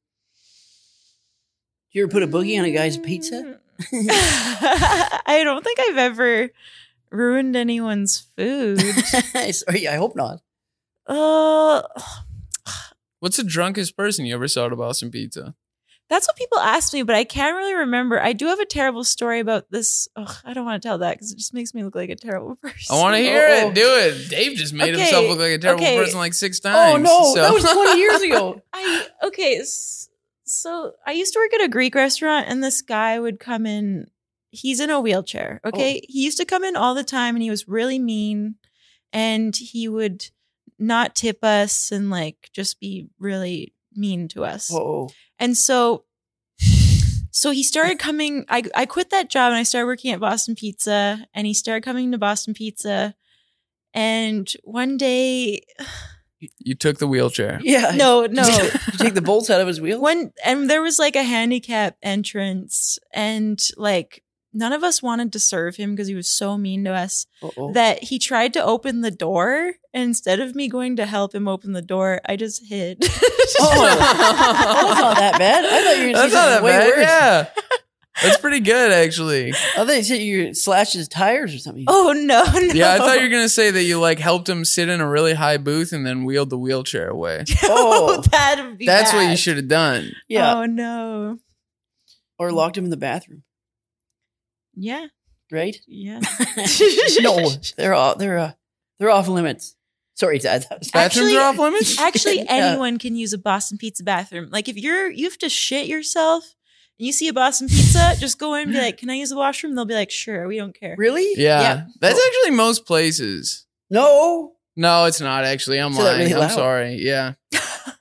Speaker 1: You ever put a boogie on a guy's pizza?
Speaker 3: Mm. I don't think I've ever ruined anyone's food.
Speaker 1: Sorry, I hope not.
Speaker 3: Uh,
Speaker 2: What's the drunkest person you ever saw at a Boston Pizza?
Speaker 3: that's what people ask me, but I can't really remember. I do have a terrible story about this. Ugh, I don't want to tell that because it just makes me look like a terrible person.
Speaker 2: I want to hear
Speaker 1: Oh, oh.
Speaker 2: it. Do it. Dave just made
Speaker 3: Okay,
Speaker 2: himself look like a terrible
Speaker 3: okay.
Speaker 2: person like six times.
Speaker 1: oh no,
Speaker 2: so-
Speaker 1: that was 20 years ago.
Speaker 3: I okay. s- So I used to work at a Greek restaurant, and this guy would come in. He's in a wheelchair.
Speaker 1: Oh.
Speaker 3: Okay, he used to come in all the time, and he was really mean, and he would not tip us, and like just be really mean to us.
Speaker 1: Whoa.
Speaker 3: And so so he started coming I I quit that job and I started working at Boston Pizza and he started coming to Boston Pizza and one day
Speaker 2: you took the wheelchair.
Speaker 1: Yeah.
Speaker 3: no no
Speaker 1: Did you take the bolts out of his wheel?
Speaker 3: one and there was like a handicap entrance and like none of us wanted to serve him because he was so mean to us
Speaker 2: Oh.
Speaker 1: Uh-oh.
Speaker 3: that he tried to open the door and instead of me going to help him open the door I just hid.
Speaker 2: Mm.
Speaker 1: That's not Oh, that bad. I thought you were going
Speaker 2: That's
Speaker 1: to
Speaker 2: not that
Speaker 1: say way
Speaker 2: bad.
Speaker 1: worse.
Speaker 2: Yeah. That's pretty good, actually.
Speaker 1: I thought you said you slashed his tires or something.
Speaker 3: oh no, no.
Speaker 2: Yeah, I thought you were gonna say that you like helped him sit in a really high booth and then wheeled the wheelchair away.
Speaker 1: Oh.
Speaker 3: that'd be
Speaker 2: That's what you
Speaker 3: bad.
Speaker 2: should have done.
Speaker 1: Yeah.
Speaker 3: Oh no.
Speaker 1: Or locked him in the bathroom.
Speaker 3: Yeah.
Speaker 1: right?
Speaker 3: Yeah.
Speaker 1: no, they're all they're uh, they're off limits. Sorry, Dad. That was
Speaker 2: Bathrooms
Speaker 3: Actually-
Speaker 2: are off limits.
Speaker 3: Actually,
Speaker 1: Yeah.
Speaker 3: anyone can use a Boston Pizza bathroom. Like if you're you have to shit yourself and you see a Boston Pizza, just go in and be like, "Can I use the washroom?" They'll be like, "Sure, we don't care."
Speaker 1: really?
Speaker 2: Yeah,
Speaker 1: Yeah.
Speaker 2: that's actually most places.
Speaker 1: No,
Speaker 2: No, it's not actually. I'm
Speaker 1: Say that
Speaker 2: lying.
Speaker 1: really
Speaker 2: I'm
Speaker 1: loud.
Speaker 2: sorry. Yeah,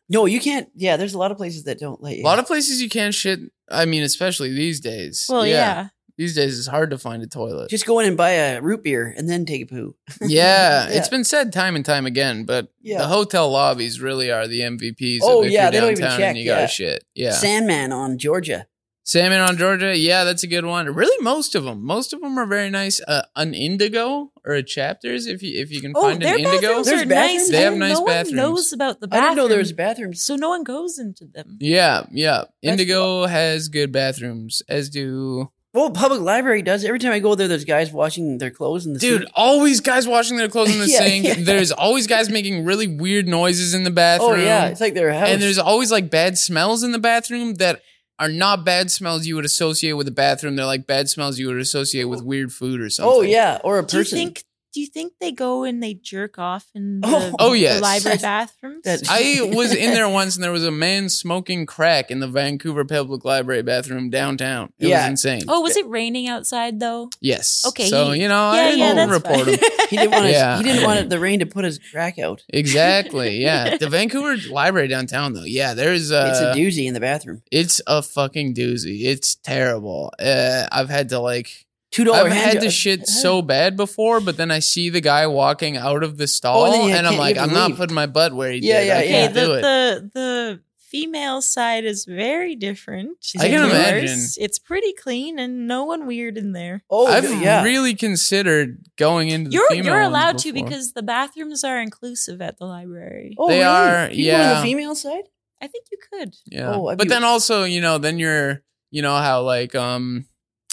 Speaker 1: no, you can't. Yeah, there's a lot of places that don't let you.
Speaker 2: a lot of places you can't shit. I mean, especially these days.
Speaker 3: Well, yeah.
Speaker 2: These days it's hard to find a toilet.
Speaker 1: just go in and buy a root beer and then take a poo.
Speaker 2: yeah,
Speaker 1: Yeah.
Speaker 2: it's been said time and time again, but
Speaker 1: Yeah.
Speaker 2: the hotel lobbies really are the MVPs.
Speaker 1: Oh,
Speaker 2: of if
Speaker 1: yeah,
Speaker 2: you're
Speaker 1: they don't even
Speaker 2: downtown
Speaker 1: check,
Speaker 2: And you gotta
Speaker 1: yeah.
Speaker 2: shit. Yeah,
Speaker 1: Sandman on Georgia.
Speaker 2: salmon on Georgia. Yeah, that's a good one. Really, most of them. Most of them are very nice. Uh, an indigo or a chapters, if you if you can
Speaker 3: Oh,
Speaker 2: find
Speaker 3: their
Speaker 2: an indigo.
Speaker 3: bathrooms
Speaker 1: There's
Speaker 3: are nice.
Speaker 1: bathrooms?
Speaker 2: They have
Speaker 3: and
Speaker 2: nice
Speaker 3: no
Speaker 2: bathrooms.
Speaker 3: one knows about
Speaker 1: I
Speaker 3: the bathroom.
Speaker 1: didn't know there was bathrooms.
Speaker 3: so no one goes into them.
Speaker 2: Yeah, yeah.
Speaker 1: That's
Speaker 2: Indigo has good bathrooms, as do
Speaker 1: Well, public library does. Every time I go there, there's guys washing their clothes in the
Speaker 2: dude.
Speaker 1: sink.
Speaker 2: Always guys washing their clothes in the
Speaker 1: Yeah,
Speaker 2: sink.
Speaker 1: yeah.
Speaker 2: There's always guys making really weird noises in the bathroom.
Speaker 1: Oh yeah, it's like their house.
Speaker 2: and there's always like bad smells in the bathroom that are not bad smells you would associate with a bathroom. They're like bad smells you would associate with weird food or something.
Speaker 1: oh yeah, or a
Speaker 3: Do you
Speaker 1: person.
Speaker 3: think? Do you think they go and they jerk off in the,
Speaker 1: Oh.
Speaker 2: Oh,
Speaker 3: the
Speaker 2: yes.
Speaker 3: library
Speaker 1: That's-
Speaker 3: bathrooms?
Speaker 1: that's-
Speaker 2: I was in there once and there was a man smoking crack in the Vancouver Public Library bathroom downtown. It
Speaker 1: Yeah.
Speaker 2: was insane.
Speaker 3: oh, was it raining outside though?
Speaker 2: Yes.
Speaker 3: Okay,
Speaker 2: So,
Speaker 3: he-
Speaker 2: you know,
Speaker 3: yeah,
Speaker 2: I didn't
Speaker 3: yeah, that's
Speaker 2: report
Speaker 3: fine.
Speaker 2: him.
Speaker 1: he didn't want
Speaker 2: Yeah.
Speaker 1: he didn't want the rain to put his crack out.
Speaker 2: Exactly. Yeah. The Vancouver Library downtown though. Yeah, there's uh
Speaker 1: it's a doozy in the bathroom.
Speaker 2: it's a fucking doozy. It's terrible. Uh, I've had to like
Speaker 1: Two dollar
Speaker 2: I've
Speaker 1: hand
Speaker 2: had
Speaker 1: job.
Speaker 2: this shit so bad before, but then I see the guy walking out of the stall,
Speaker 1: Oh, and then you
Speaker 2: and I'm
Speaker 1: can't- you
Speaker 2: like,
Speaker 1: have
Speaker 2: I'm
Speaker 1: to
Speaker 2: not
Speaker 1: leave.
Speaker 2: putting my butt where he
Speaker 1: Yeah,
Speaker 2: did.
Speaker 1: yeah,
Speaker 2: I
Speaker 1: yeah.
Speaker 2: can't
Speaker 3: the,
Speaker 2: do it.
Speaker 3: the the female side is very different.
Speaker 1: I can
Speaker 3: than yours.
Speaker 2: imagine.
Speaker 3: It's pretty clean and no one weird in there.
Speaker 1: oh
Speaker 2: I've
Speaker 1: yeah,
Speaker 2: really considered going into the
Speaker 3: You're
Speaker 2: female
Speaker 3: you're
Speaker 2: ones
Speaker 3: allowed to
Speaker 2: before.
Speaker 3: because the bathrooms are inclusive at the library.
Speaker 1: oh,
Speaker 2: they
Speaker 1: really?
Speaker 2: are,
Speaker 1: You go on
Speaker 2: yeah.
Speaker 1: the female side.
Speaker 3: I think you could.
Speaker 2: yeah.
Speaker 1: Oh, I'd
Speaker 2: but
Speaker 1: be-
Speaker 2: then also, you know, then you're, you know, how like um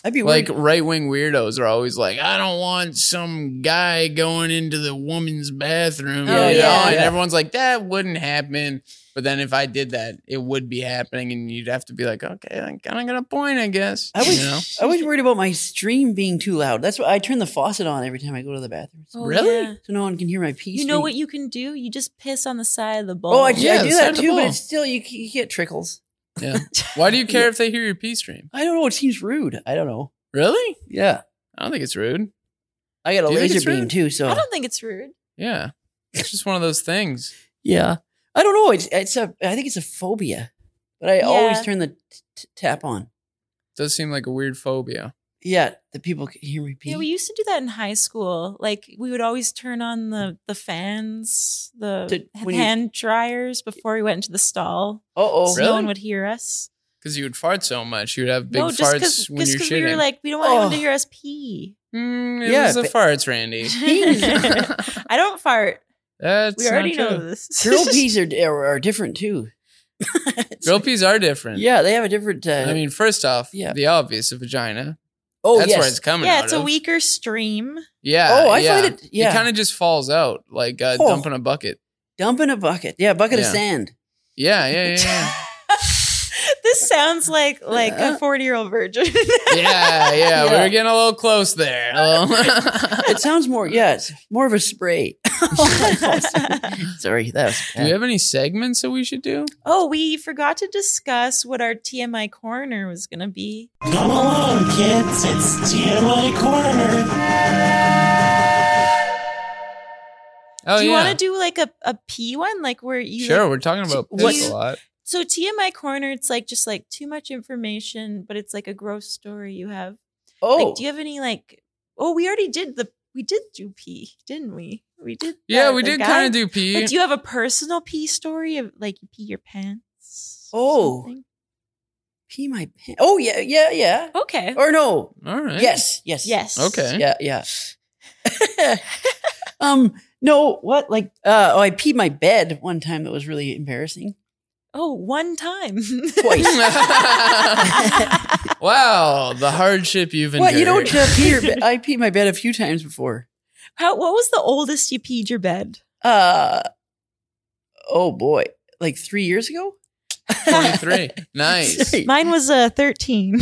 Speaker 1: I'd be
Speaker 2: like
Speaker 1: worried.
Speaker 2: right wing weirdos are always like, I don't want some guy going into the woman's bathroom.
Speaker 3: Oh,
Speaker 2: you know?
Speaker 3: yeah.
Speaker 2: And
Speaker 1: Yeah.
Speaker 2: everyone's like, that wouldn't happen. But then if I did that, it would be happening, and you'd have to be like, okay, I'm kind of got a point, I guess.
Speaker 1: I was
Speaker 2: you know?
Speaker 1: I was worried about my stream being too loud. That's why I turn the faucet on every time I go to the bathroom, so,
Speaker 3: Oh,
Speaker 2: Really?
Speaker 3: yeah.
Speaker 1: so no one can hear my pee.
Speaker 3: You know what you can do? You just piss on the side of the bowl.
Speaker 1: Oh, I,
Speaker 2: Yeah,
Speaker 1: I do
Speaker 2: the side of
Speaker 1: that
Speaker 2: the
Speaker 1: too, but
Speaker 2: ball.
Speaker 1: it's still you, you get trickles.
Speaker 2: Why do you care if they hear your pee stream?
Speaker 1: I don't know. It seems rude. I don't know.
Speaker 2: Really?
Speaker 1: Yeah,
Speaker 2: I don't think it's rude.
Speaker 1: I got a
Speaker 2: Do you think it's
Speaker 1: laser beam
Speaker 2: rude?
Speaker 1: too, so
Speaker 3: I don't think it's rude.
Speaker 2: Yeah. It's just one of those things.
Speaker 1: Yeah. I don't know. It's it's a I think it's a phobia. But I always
Speaker 3: Yeah.
Speaker 1: turn the t- t- tap on.
Speaker 2: does seem like a weird phobia.
Speaker 1: Yeah, the people can hear me pee.
Speaker 3: Yeah, we used to do that in high school. Like we would always turn on the the fans, the
Speaker 1: To- when you-
Speaker 3: hand dryers before we went into the stall,
Speaker 1: oh,
Speaker 3: so
Speaker 1: oh.
Speaker 2: Really?
Speaker 3: no one would hear us.
Speaker 2: Because you would fart so much, you would have big
Speaker 3: no, just
Speaker 2: farts
Speaker 3: because
Speaker 2: when you're
Speaker 3: we
Speaker 2: shitting.
Speaker 3: were like, we don't want anyone to
Speaker 1: Oh.
Speaker 3: hear us pee.
Speaker 2: mm, it
Speaker 1: Yeah,
Speaker 2: was the
Speaker 1: but-
Speaker 2: farts, Randy.
Speaker 3: I don't fart.
Speaker 2: That's
Speaker 3: we already
Speaker 2: not true.
Speaker 3: know this.
Speaker 1: Girl pees are, are, are different too. It's
Speaker 2: Girl
Speaker 1: like-
Speaker 2: peas are different.
Speaker 1: Yeah, they have a different. Uh,
Speaker 2: I mean, first off,
Speaker 1: Yeah.
Speaker 2: the obvious, a vagina.
Speaker 1: oh
Speaker 2: That's
Speaker 1: yes.
Speaker 2: where it's coming
Speaker 3: yeah,
Speaker 2: out
Speaker 3: it's a
Speaker 2: of.
Speaker 3: weaker stream.
Speaker 2: Yeah.
Speaker 1: Oh, I
Speaker 2: yeah.
Speaker 1: find it- yeah.
Speaker 2: It kind of just falls out like uh,
Speaker 1: Oh.
Speaker 2: dumping a bucket.
Speaker 1: Dump in a bucket. Yeah, a bucket
Speaker 2: Yeah.
Speaker 1: of sand.
Speaker 2: Yeah, yeah, yeah.
Speaker 3: this sounds like like a
Speaker 1: Yeah.
Speaker 3: forty year old virgin.
Speaker 2: Yeah, yeah. yeah. We
Speaker 1: Yeah.
Speaker 2: were getting a little close there. Oh.
Speaker 1: It sounds more. Yeah, it's more of a spray. Sorry, that was.
Speaker 2: do
Speaker 1: bad.
Speaker 2: you have any segments that we should do?
Speaker 3: oh, we forgot to discuss what our TMI corner was gonna be.
Speaker 4: Come along, kids. It's TMI Corner.
Speaker 2: Oh,
Speaker 3: do you
Speaker 2: yeah.
Speaker 3: want to do like a, a P one, like where you
Speaker 2: sure.
Speaker 3: like-
Speaker 2: We're talking about
Speaker 3: Do
Speaker 2: piss
Speaker 3: you-
Speaker 2: a lot.
Speaker 3: so TMI corner? It's like just like too much information, but it's like a gross story you have.
Speaker 1: Oh,
Speaker 3: Like, do you have any like? Oh, we already did the. We did do pee, didn't we? We did.
Speaker 2: Yeah,
Speaker 3: that,
Speaker 2: we
Speaker 3: the
Speaker 2: did
Speaker 3: guy.
Speaker 2: kind of do pee.
Speaker 3: Like, do you have a personal pee story of like you pee your pants? or
Speaker 1: Oh.
Speaker 3: something?
Speaker 1: pee my pants. Oh yeah, yeah, yeah.
Speaker 3: okay.
Speaker 1: Or no?
Speaker 2: All right.
Speaker 1: Yes, yes,
Speaker 3: yes.
Speaker 2: Okay.
Speaker 1: yeah, yeah. um, no, what? Like, uh, oh, I peed my bed one time. That was really embarrassing.
Speaker 3: Oh, one time.
Speaker 1: Twice.
Speaker 2: wow. The hardship you've endured.
Speaker 1: what? You don't uh, pee your bed? I peed my bed a few times before.
Speaker 3: How? What was the oldest you peed your bed?
Speaker 1: Uh, oh boy, like three years ago.
Speaker 2: 23. nice.
Speaker 1: Sweet.
Speaker 3: Mine was uh, 13. Was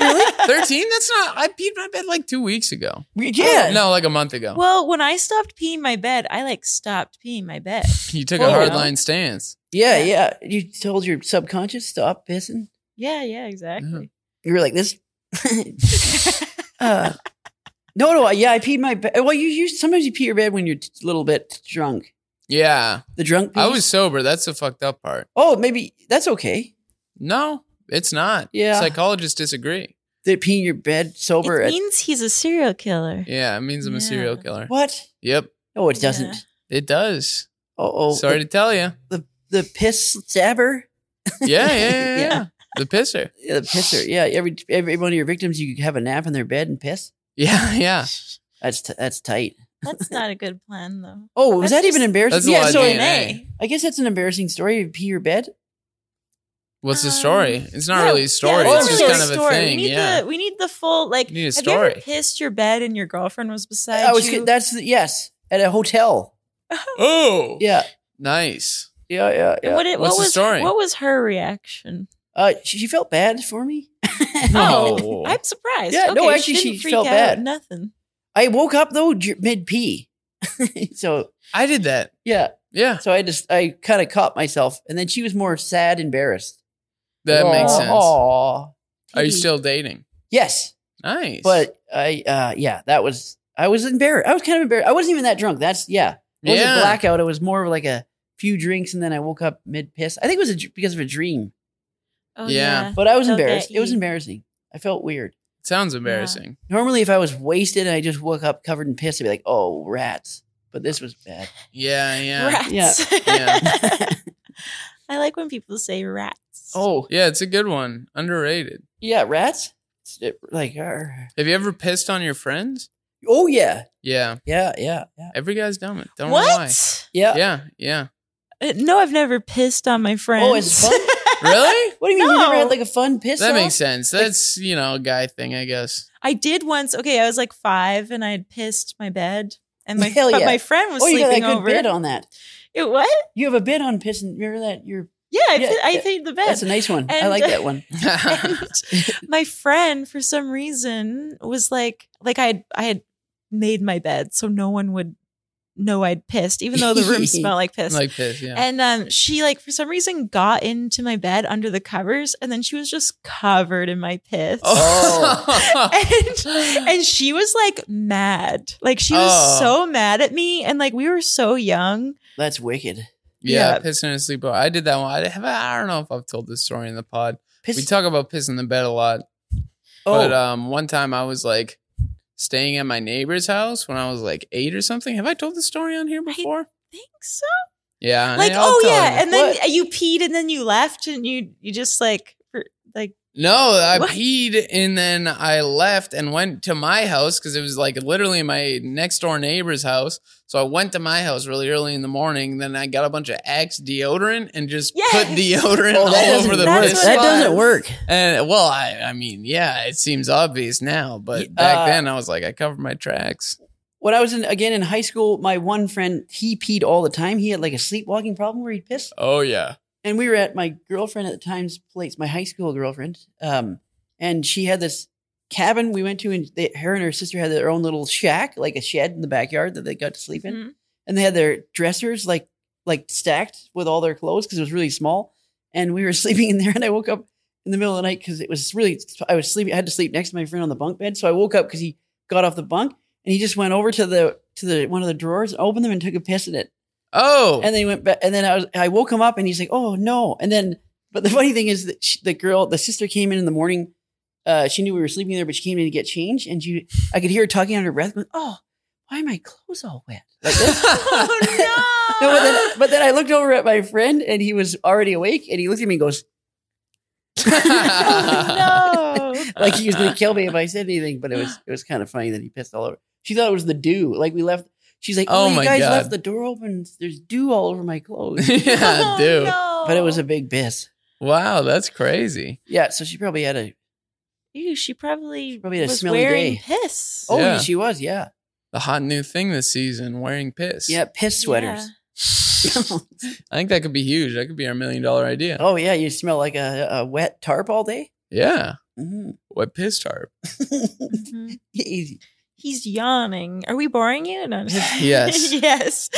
Speaker 3: really?
Speaker 2: 13? That's not. I peed my bed like two weeks ago.
Speaker 1: yeah.
Speaker 2: No, like a month ago.
Speaker 3: Well, when I stopped peeing my bed, I like stopped peeing my bed.
Speaker 2: you took
Speaker 1: Oh.
Speaker 2: a hard line stance.
Speaker 1: Yeah, yeah. You told your subconscious stop pissing.
Speaker 3: Yeah, yeah, exactly.
Speaker 1: You were like this. uh, no, no. Yeah, I peed my bed. Well, you, you sometimes you pee your bed when you're a little bit drunk.
Speaker 2: Yeah.
Speaker 1: The drunk. Piece?
Speaker 2: I was sober. That's the fucked up part.
Speaker 1: Oh, maybe that's okay.
Speaker 2: No, it's not.
Speaker 1: Yeah.
Speaker 2: Psychologists disagree.
Speaker 1: That peeing your bed sober.
Speaker 3: It
Speaker 1: At,
Speaker 3: means he's a serial killer.
Speaker 2: Yeah, it means I'm
Speaker 3: Yeah.
Speaker 2: a serial killer.
Speaker 1: what?
Speaker 2: Yep,
Speaker 1: No, it doesn't.
Speaker 3: Yeah.
Speaker 2: it does.
Speaker 1: Oh, oh.
Speaker 2: Sorry to tell you.
Speaker 1: The, the the piss stabber.
Speaker 2: Yeah, yeah, yeah.
Speaker 1: Yeah.
Speaker 2: yeah. The pisser.
Speaker 1: Yeah, the pisser. Yeah. Every every one of your victims, you have a nap in their bed and piss.
Speaker 2: Yeah, yeah.
Speaker 1: That's t- that's tight.
Speaker 3: That's not a good plan, though.
Speaker 1: Oh, was
Speaker 3: That's
Speaker 1: that even
Speaker 3: just-
Speaker 1: embarrassing?
Speaker 2: That's a lot
Speaker 1: yeah.
Speaker 2: of
Speaker 1: So
Speaker 2: DNA.
Speaker 1: I guess that's an embarrassing story. to Pee your bed.
Speaker 2: What's the
Speaker 3: Um,
Speaker 2: story? It's not
Speaker 3: yeah,
Speaker 2: really a story.
Speaker 1: it's
Speaker 2: it's
Speaker 1: not
Speaker 2: just
Speaker 1: really
Speaker 2: kind of
Speaker 3: story.
Speaker 2: a thing.
Speaker 3: We need
Speaker 2: Yeah.
Speaker 3: the we need the full like.
Speaker 2: You need a
Speaker 3: have you ever
Speaker 2: story.
Speaker 3: pissed your bed and your girlfriend was beside
Speaker 1: I was.
Speaker 3: you?
Speaker 1: That's the, yes. At a hotel.
Speaker 2: oh,
Speaker 1: Yeah.
Speaker 2: nice.
Speaker 1: Yeah. Yeah.
Speaker 3: And
Speaker 1: Yeah.
Speaker 3: what, did- what
Speaker 2: What's the
Speaker 3: was
Speaker 2: story?
Speaker 3: what was her reaction?
Speaker 1: Uh, she, she felt bad for me.
Speaker 3: Oh, I'm surprised.
Speaker 1: Yeah,
Speaker 3: okay,
Speaker 1: no, actually,
Speaker 3: didn't
Speaker 1: she
Speaker 3: freak
Speaker 1: felt
Speaker 3: out,
Speaker 1: bad.
Speaker 3: Nothing.
Speaker 1: I woke up though mid pee, so
Speaker 2: I did that.
Speaker 1: yeah.
Speaker 2: Yeah,
Speaker 1: So I just I kind of caught myself, and then she was more sad, embarrassed.
Speaker 2: that
Speaker 1: Aw,
Speaker 2: makes sense.
Speaker 1: aw.
Speaker 2: Are you
Speaker 3: Pee.
Speaker 2: still dating?
Speaker 1: Yes,
Speaker 2: Nice.
Speaker 1: but I uh yeah, that was I was embarrassed. I was kind of embarrassed. I wasn't even that drunk. That's yeah. It was
Speaker 2: yeah.
Speaker 1: a blackout. It was more of like a few drinks, and then I woke up mid piss. I think it was a, dr- because of a dream,
Speaker 3: Oh,
Speaker 2: Yeah.
Speaker 3: yeah.
Speaker 1: but I was
Speaker 3: They'll get
Speaker 1: embarrassed. It was
Speaker 3: you.
Speaker 1: embarrassing. I felt weird.
Speaker 2: Sounds embarrassing.
Speaker 1: Normally, if I was wasted and I just woke up covered in piss, I'd be like, "Oh, rats!" But this was bad.
Speaker 2: Yeah, yeah.
Speaker 3: Rats.
Speaker 2: Yeah.
Speaker 3: I like when people say rats.
Speaker 1: Oh,
Speaker 2: Yeah, it's a good one. Underrated.
Speaker 1: yeah, rats. It's, it- like, uh,
Speaker 2: Have you ever pissed on your friends?
Speaker 1: oh yeah,
Speaker 2: Yeah,
Speaker 1: yeah, yeah, yeah,
Speaker 2: every guy's done it. Don't know why.
Speaker 3: what?
Speaker 1: yeah.
Speaker 2: Yeah, yeah.
Speaker 3: Uh, No, I've never pissed on my friends.
Speaker 1: Oh, it's fun.
Speaker 2: Really?
Speaker 1: What do you mean? You never
Speaker 3: No.
Speaker 1: had like a fun piss?
Speaker 2: that
Speaker 1: off?
Speaker 2: makes sense. That's you know a guy thing, I guess.
Speaker 3: I did once. Okay, I was like five, and I had pissed my bed, and my
Speaker 1: Hell
Speaker 3: but
Speaker 1: yeah.
Speaker 3: my friend was
Speaker 1: Oh, you got
Speaker 3: sleeping
Speaker 1: that good
Speaker 3: over.
Speaker 1: bid on that.
Speaker 3: it what?
Speaker 1: You have a bid on pissing. Remember that? You're
Speaker 3: Yeah, I,
Speaker 1: Yeah,
Speaker 3: pit- I
Speaker 1: yeah.
Speaker 3: paid the
Speaker 1: that's
Speaker 3: bed.
Speaker 1: a nice one. I
Speaker 3: And-
Speaker 1: like that one.
Speaker 3: And my friend, for some reason, was like, like I had, I had made my bed so no one would know I'd pissed, even though the room smelled like piss.
Speaker 2: like this, yeah.
Speaker 3: And um, she like for some reason got into my bed under the covers, and then she was just covered in my piss.
Speaker 2: oh.
Speaker 3: and and she was like mad like she was
Speaker 2: Oh.
Speaker 3: so mad at me and like we were so young
Speaker 1: That's wicked.
Speaker 2: yeah,
Speaker 3: yeah.
Speaker 2: pissing in a sleepover. I did that one. I have. I don't know if I've told this story in the pod.
Speaker 1: Piss.
Speaker 2: We talk about pissing in the bed a lot,
Speaker 1: oh,
Speaker 2: but um, one time I was like staying at my neighbor's house when I was like eight or something. Have I told this story on here
Speaker 3: I-
Speaker 2: before?
Speaker 3: think so
Speaker 2: Yeah.
Speaker 3: like
Speaker 2: I'll
Speaker 3: oh
Speaker 2: tell
Speaker 3: yeah
Speaker 2: you.
Speaker 3: and then
Speaker 1: What?
Speaker 3: you peed and then you left and you you just like for- like
Speaker 2: No, I
Speaker 3: What?
Speaker 2: peed and then I left and went to my house because it was like literally my next door neighbor's house. So I went to my house really early in the morning. Then I got a bunch of Axe deodorant and just put
Speaker 3: Yes!
Speaker 2: deodorant
Speaker 1: Oh, that
Speaker 2: all over
Speaker 1: doesn't
Speaker 2: the
Speaker 1: work.
Speaker 3: that's
Speaker 2: place.
Speaker 3: what
Speaker 1: That
Speaker 3: it
Speaker 1: doesn't
Speaker 3: was.
Speaker 1: work.
Speaker 2: And well, I, I mean, yeah, it seems obvious now,
Speaker 1: Y-
Speaker 2: but back
Speaker 1: uh,
Speaker 2: then I was like, I covered my tracks.
Speaker 1: When I was in again in high school, my one friend he peed all the time. He had like a sleepwalking problem where he'd piss.
Speaker 2: Oh yeah,
Speaker 1: and we were at my girlfriend at the time's place, my high school girlfriend. Um, and she had this cabin we went to, and they, her and her sister had their own little shack, like a shed in the backyard that they got to sleep in.
Speaker 3: Mhm.
Speaker 1: And they had their dressers like like stacked with all their clothes because it was really small. And we were sleeping in there, and I woke up in the middle of the night because it was really I was sleeping. I had to sleep next to my friend on the bunk bed, so I woke up because he got off the bunk and he just went over to the to the one of the drawers, opened them, and took a piss in it.
Speaker 2: oh,
Speaker 1: And then he went back, and then I was, I woke him up, and he's like, "Oh no!" And then, but the funny thing is that she, the girl, the sister, came in in the morning. Uh, she knew we were sleeping there, but she came in to get changed, and she, I could hear her talking under her breath, going, "Oh, why are my clothes all wet?" Like this.
Speaker 3: oh no,
Speaker 1: No, but then, but then I looked over at my friend, and he was already awake, and he looked at me and goes,
Speaker 3: Oh, no.
Speaker 1: "Like he was going to kill me if I said anything." But it was it was kind of funny that he pissed all over. She thought it was the dew. Like we left. She's like,
Speaker 2: Oh
Speaker 1: "Oh, you
Speaker 2: my
Speaker 1: guys
Speaker 2: God.
Speaker 1: left the door open. There's dew all over my clothes."
Speaker 2: yeah,
Speaker 3: Oh,
Speaker 2: dude.
Speaker 3: no.
Speaker 1: But it was a big piss.
Speaker 2: Wow, that's crazy.
Speaker 1: Yeah, so she probably had a.
Speaker 3: Ew, she probably
Speaker 1: Probably had a
Speaker 3: was
Speaker 1: smelly
Speaker 3: wearing
Speaker 1: day.
Speaker 3: piss
Speaker 1: Oh,
Speaker 2: Yeah.
Speaker 1: she was. Yeah,
Speaker 2: The hot new thing this season, wearing piss.
Speaker 1: yeah, piss sweaters.
Speaker 3: Yeah.
Speaker 2: I think that could be huge. That could be our million dollar idea.
Speaker 1: oh yeah, you smell like a, a wet tarp all day.
Speaker 2: Yeah.
Speaker 1: Mhm.
Speaker 2: What piss tarp?
Speaker 3: Mhm.
Speaker 1: Easy.
Speaker 3: He's yawning. Are we boring you? No.
Speaker 2: Yes.
Speaker 3: yes.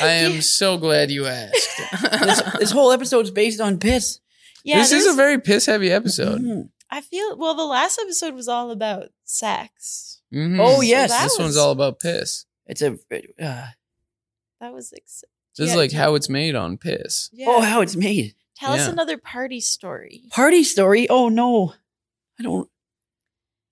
Speaker 2: I am so glad you asked.
Speaker 1: This, this whole episode's based on piss.
Speaker 3: Yeah,
Speaker 2: this is
Speaker 3: there's-
Speaker 2: a very piss heavy episode.
Speaker 1: Mhm.
Speaker 3: I feel well. The last episode was all about sex.
Speaker 2: Mhm.
Speaker 1: Oh
Speaker 3: yeah.
Speaker 1: yes,
Speaker 3: that
Speaker 2: This one's
Speaker 3: was-
Speaker 2: all about piss.
Speaker 1: it's a. Uh,
Speaker 3: That was ex-
Speaker 2: This
Speaker 3: Yeah,
Speaker 2: is like
Speaker 3: yeah.
Speaker 2: how it's made on piss.
Speaker 3: yeah.
Speaker 1: Oh, how it's made.
Speaker 3: Tell us
Speaker 2: yeah.
Speaker 3: another party story.
Speaker 1: Party story. Oh no, I don't.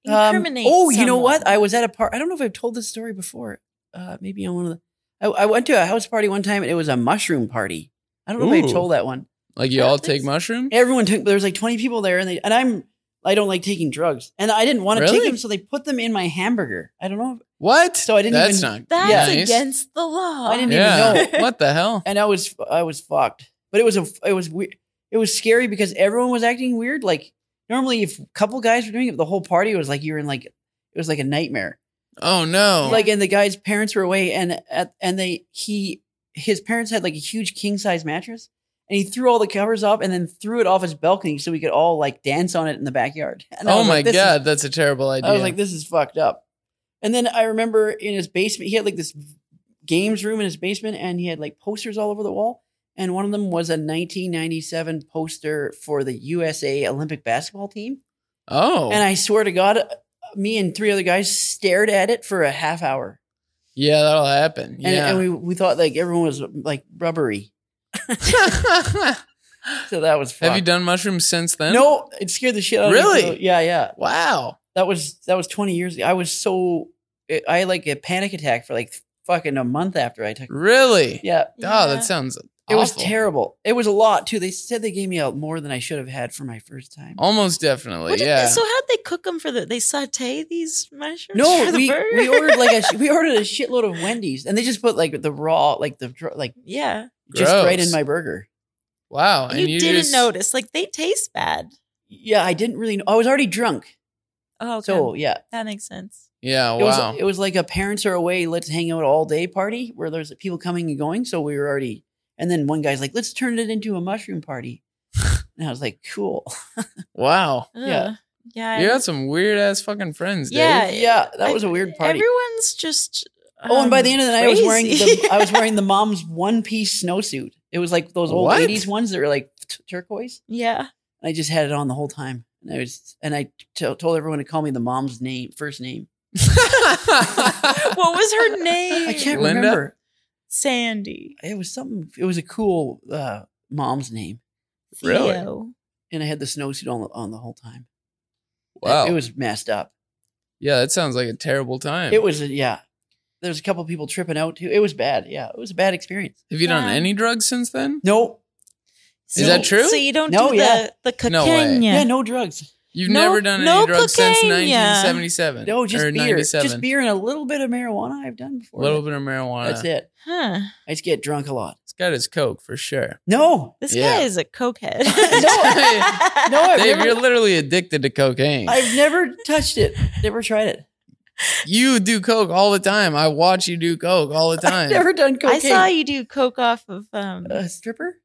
Speaker 1: Um,
Speaker 3: Incriminate.
Speaker 1: oh, you know what?
Speaker 3: someone.
Speaker 1: I was at a party. I don't know if I've told this story before. Uh, maybe on one of the. I, I went to a house party one time and it was a mushroom party. I don't know if I
Speaker 2: Ooh.
Speaker 1: told that one.
Speaker 2: Like you
Speaker 3: I don't
Speaker 2: all
Speaker 3: think
Speaker 2: take
Speaker 3: so.
Speaker 2: mushroom?
Speaker 1: Everyone took. There was like twenty people there, and they and I'm. I don't like taking drugs, and I didn't want to take
Speaker 2: Really?
Speaker 1: them, so they put them in my hamburger. I don't know,
Speaker 2: What?
Speaker 1: So I didn't
Speaker 2: That's
Speaker 1: even-
Speaker 2: not
Speaker 3: That's
Speaker 1: Yeah.
Speaker 2: nice.
Speaker 3: against the law.
Speaker 1: I didn't even
Speaker 2: yeah.
Speaker 1: know.
Speaker 2: what the hell?
Speaker 1: and I was I was fucked. But it was a it was weird. It was scary because everyone was acting weird. Like normally, if a couple guys were doing it, the whole party was like you were in like it was like a nightmare.
Speaker 2: Oh no.
Speaker 1: like and the guy's parents were away and at, and they he his parents had like a huge king size mattress and he threw all the covers off and then threw it off his balcony so we could all like dance on it in the backyard. And I
Speaker 2: oh
Speaker 1: was
Speaker 2: my
Speaker 1: like, this is-
Speaker 2: god, that's a terrible idea.
Speaker 1: I was like, this is fucked up. And then I remember in his basement, he had like this games room in his basement and he had like posters all over the wall. And one of them was a 1997 poster for the USA Olympic basketball team.
Speaker 2: oh.
Speaker 1: And I swear to God, me and three other guys stared at it for a half hour.
Speaker 2: yeah, that'll happen.
Speaker 1: And,
Speaker 2: yeah.
Speaker 1: and we, we thought like everyone was like rubbery. So that was fun.
Speaker 2: Have you done mushrooms since then?
Speaker 1: No, it scared the shit out of me.
Speaker 2: Really?
Speaker 1: So, Yeah, yeah.
Speaker 2: Wow.
Speaker 1: That was that was 20 years ago. I was so I had like a panic attack for like fucking a month after I took
Speaker 2: Really?
Speaker 1: Yeah. It
Speaker 2: Oh,
Speaker 3: Yeah.
Speaker 2: that sounds awful.
Speaker 1: was terrible. It was a lot too. They said they gave me out more than I should have had for my first time.
Speaker 2: Almost
Speaker 3: What
Speaker 2: definitely.
Speaker 3: did they-
Speaker 2: yeah.
Speaker 3: so how'd they cook them for the? They saute these mushrooms.
Speaker 1: No,
Speaker 3: for the
Speaker 1: we,
Speaker 3: burger?
Speaker 1: we ordered like a sh- we ordered a shitload of Wendy's and they just put like the raw like the dr- like
Speaker 3: yeah.
Speaker 1: just right
Speaker 2: Gross.
Speaker 1: in my burger.
Speaker 2: wow. And
Speaker 3: you,
Speaker 2: you,
Speaker 3: didn't
Speaker 2: just-
Speaker 3: notice. Like they taste bad.
Speaker 1: Yeah, I didn't really know. I was already drunk.
Speaker 3: Oh, okay.
Speaker 1: So, yeah.
Speaker 3: that makes sense.
Speaker 2: Yeah.
Speaker 1: It
Speaker 2: Wow.
Speaker 1: was it was like a parents are away, let's hang out all day party where there's people coming and going. So we were already, and then one guy's like, let's turn it into a mushroom party. And I was like, cool.
Speaker 2: wow.
Speaker 1: Yeah.
Speaker 3: Ugh. Yeah. I-
Speaker 2: You got some weird ass fucking friends, dude.
Speaker 3: Yeah.
Speaker 1: yeah, that was a weird party.
Speaker 3: Everyone's just. um,
Speaker 1: oh, and by the end of the night, I was wearing
Speaker 3: crazy.
Speaker 1: the, I was wearing the mom's one piece snowsuit. It was like those old
Speaker 2: What?
Speaker 1: '80s ones that were like t- turquoise.
Speaker 3: yeah.
Speaker 1: I just had it on the whole time, and I was and I t- told everyone to call me the mom's name, first name.
Speaker 3: What was her name?
Speaker 1: I can't
Speaker 2: Linda?
Speaker 1: remember.
Speaker 3: Sandy.
Speaker 1: It was something. It was a cool uh, mom's name,
Speaker 2: Really?
Speaker 3: Theo.
Speaker 1: and I had the snowsuit on the, on the whole time.
Speaker 2: wow.
Speaker 1: It was messed up.
Speaker 2: yeah, that sounds like a terrible time.
Speaker 1: It was, uh, yeah. There's a couple people tripping out too. It was bad. Yeah. It was a bad experience.
Speaker 2: Have you done
Speaker 3: Yeah.
Speaker 2: any drugs since then?
Speaker 1: No.
Speaker 3: So,
Speaker 2: that true?
Speaker 3: So you don't
Speaker 1: No,
Speaker 3: do
Speaker 1: yeah.
Speaker 3: the the
Speaker 2: No way.
Speaker 3: cocaine.
Speaker 1: Yeah. no drugs.
Speaker 2: You've
Speaker 3: No-
Speaker 2: never done
Speaker 3: no
Speaker 2: any drugs since
Speaker 3: cocaine, yeah.
Speaker 2: 1977.
Speaker 1: No, just
Speaker 2: or
Speaker 1: beer.
Speaker 2: 97.
Speaker 1: Just beer and a little bit of marijuana I've done
Speaker 2: A
Speaker 1: before.
Speaker 2: little bit of marijuana.
Speaker 1: That's it.
Speaker 3: Huh.
Speaker 1: I just get drunk a lot.
Speaker 2: It's got his coke for sure.
Speaker 1: No.
Speaker 3: This
Speaker 2: Yeah.
Speaker 3: guy is a
Speaker 2: No,
Speaker 3: cokehead.
Speaker 1: No, I've,
Speaker 2: Dave,
Speaker 1: never,
Speaker 2: you're literally addicted to cocaine.
Speaker 1: I've never touched it. Never tried it.
Speaker 2: you do coke all the time. I watch you do coke all the time.
Speaker 1: Never done cocaine. Uh.
Speaker 3: I saw you do coke off of um
Speaker 1: A stripper?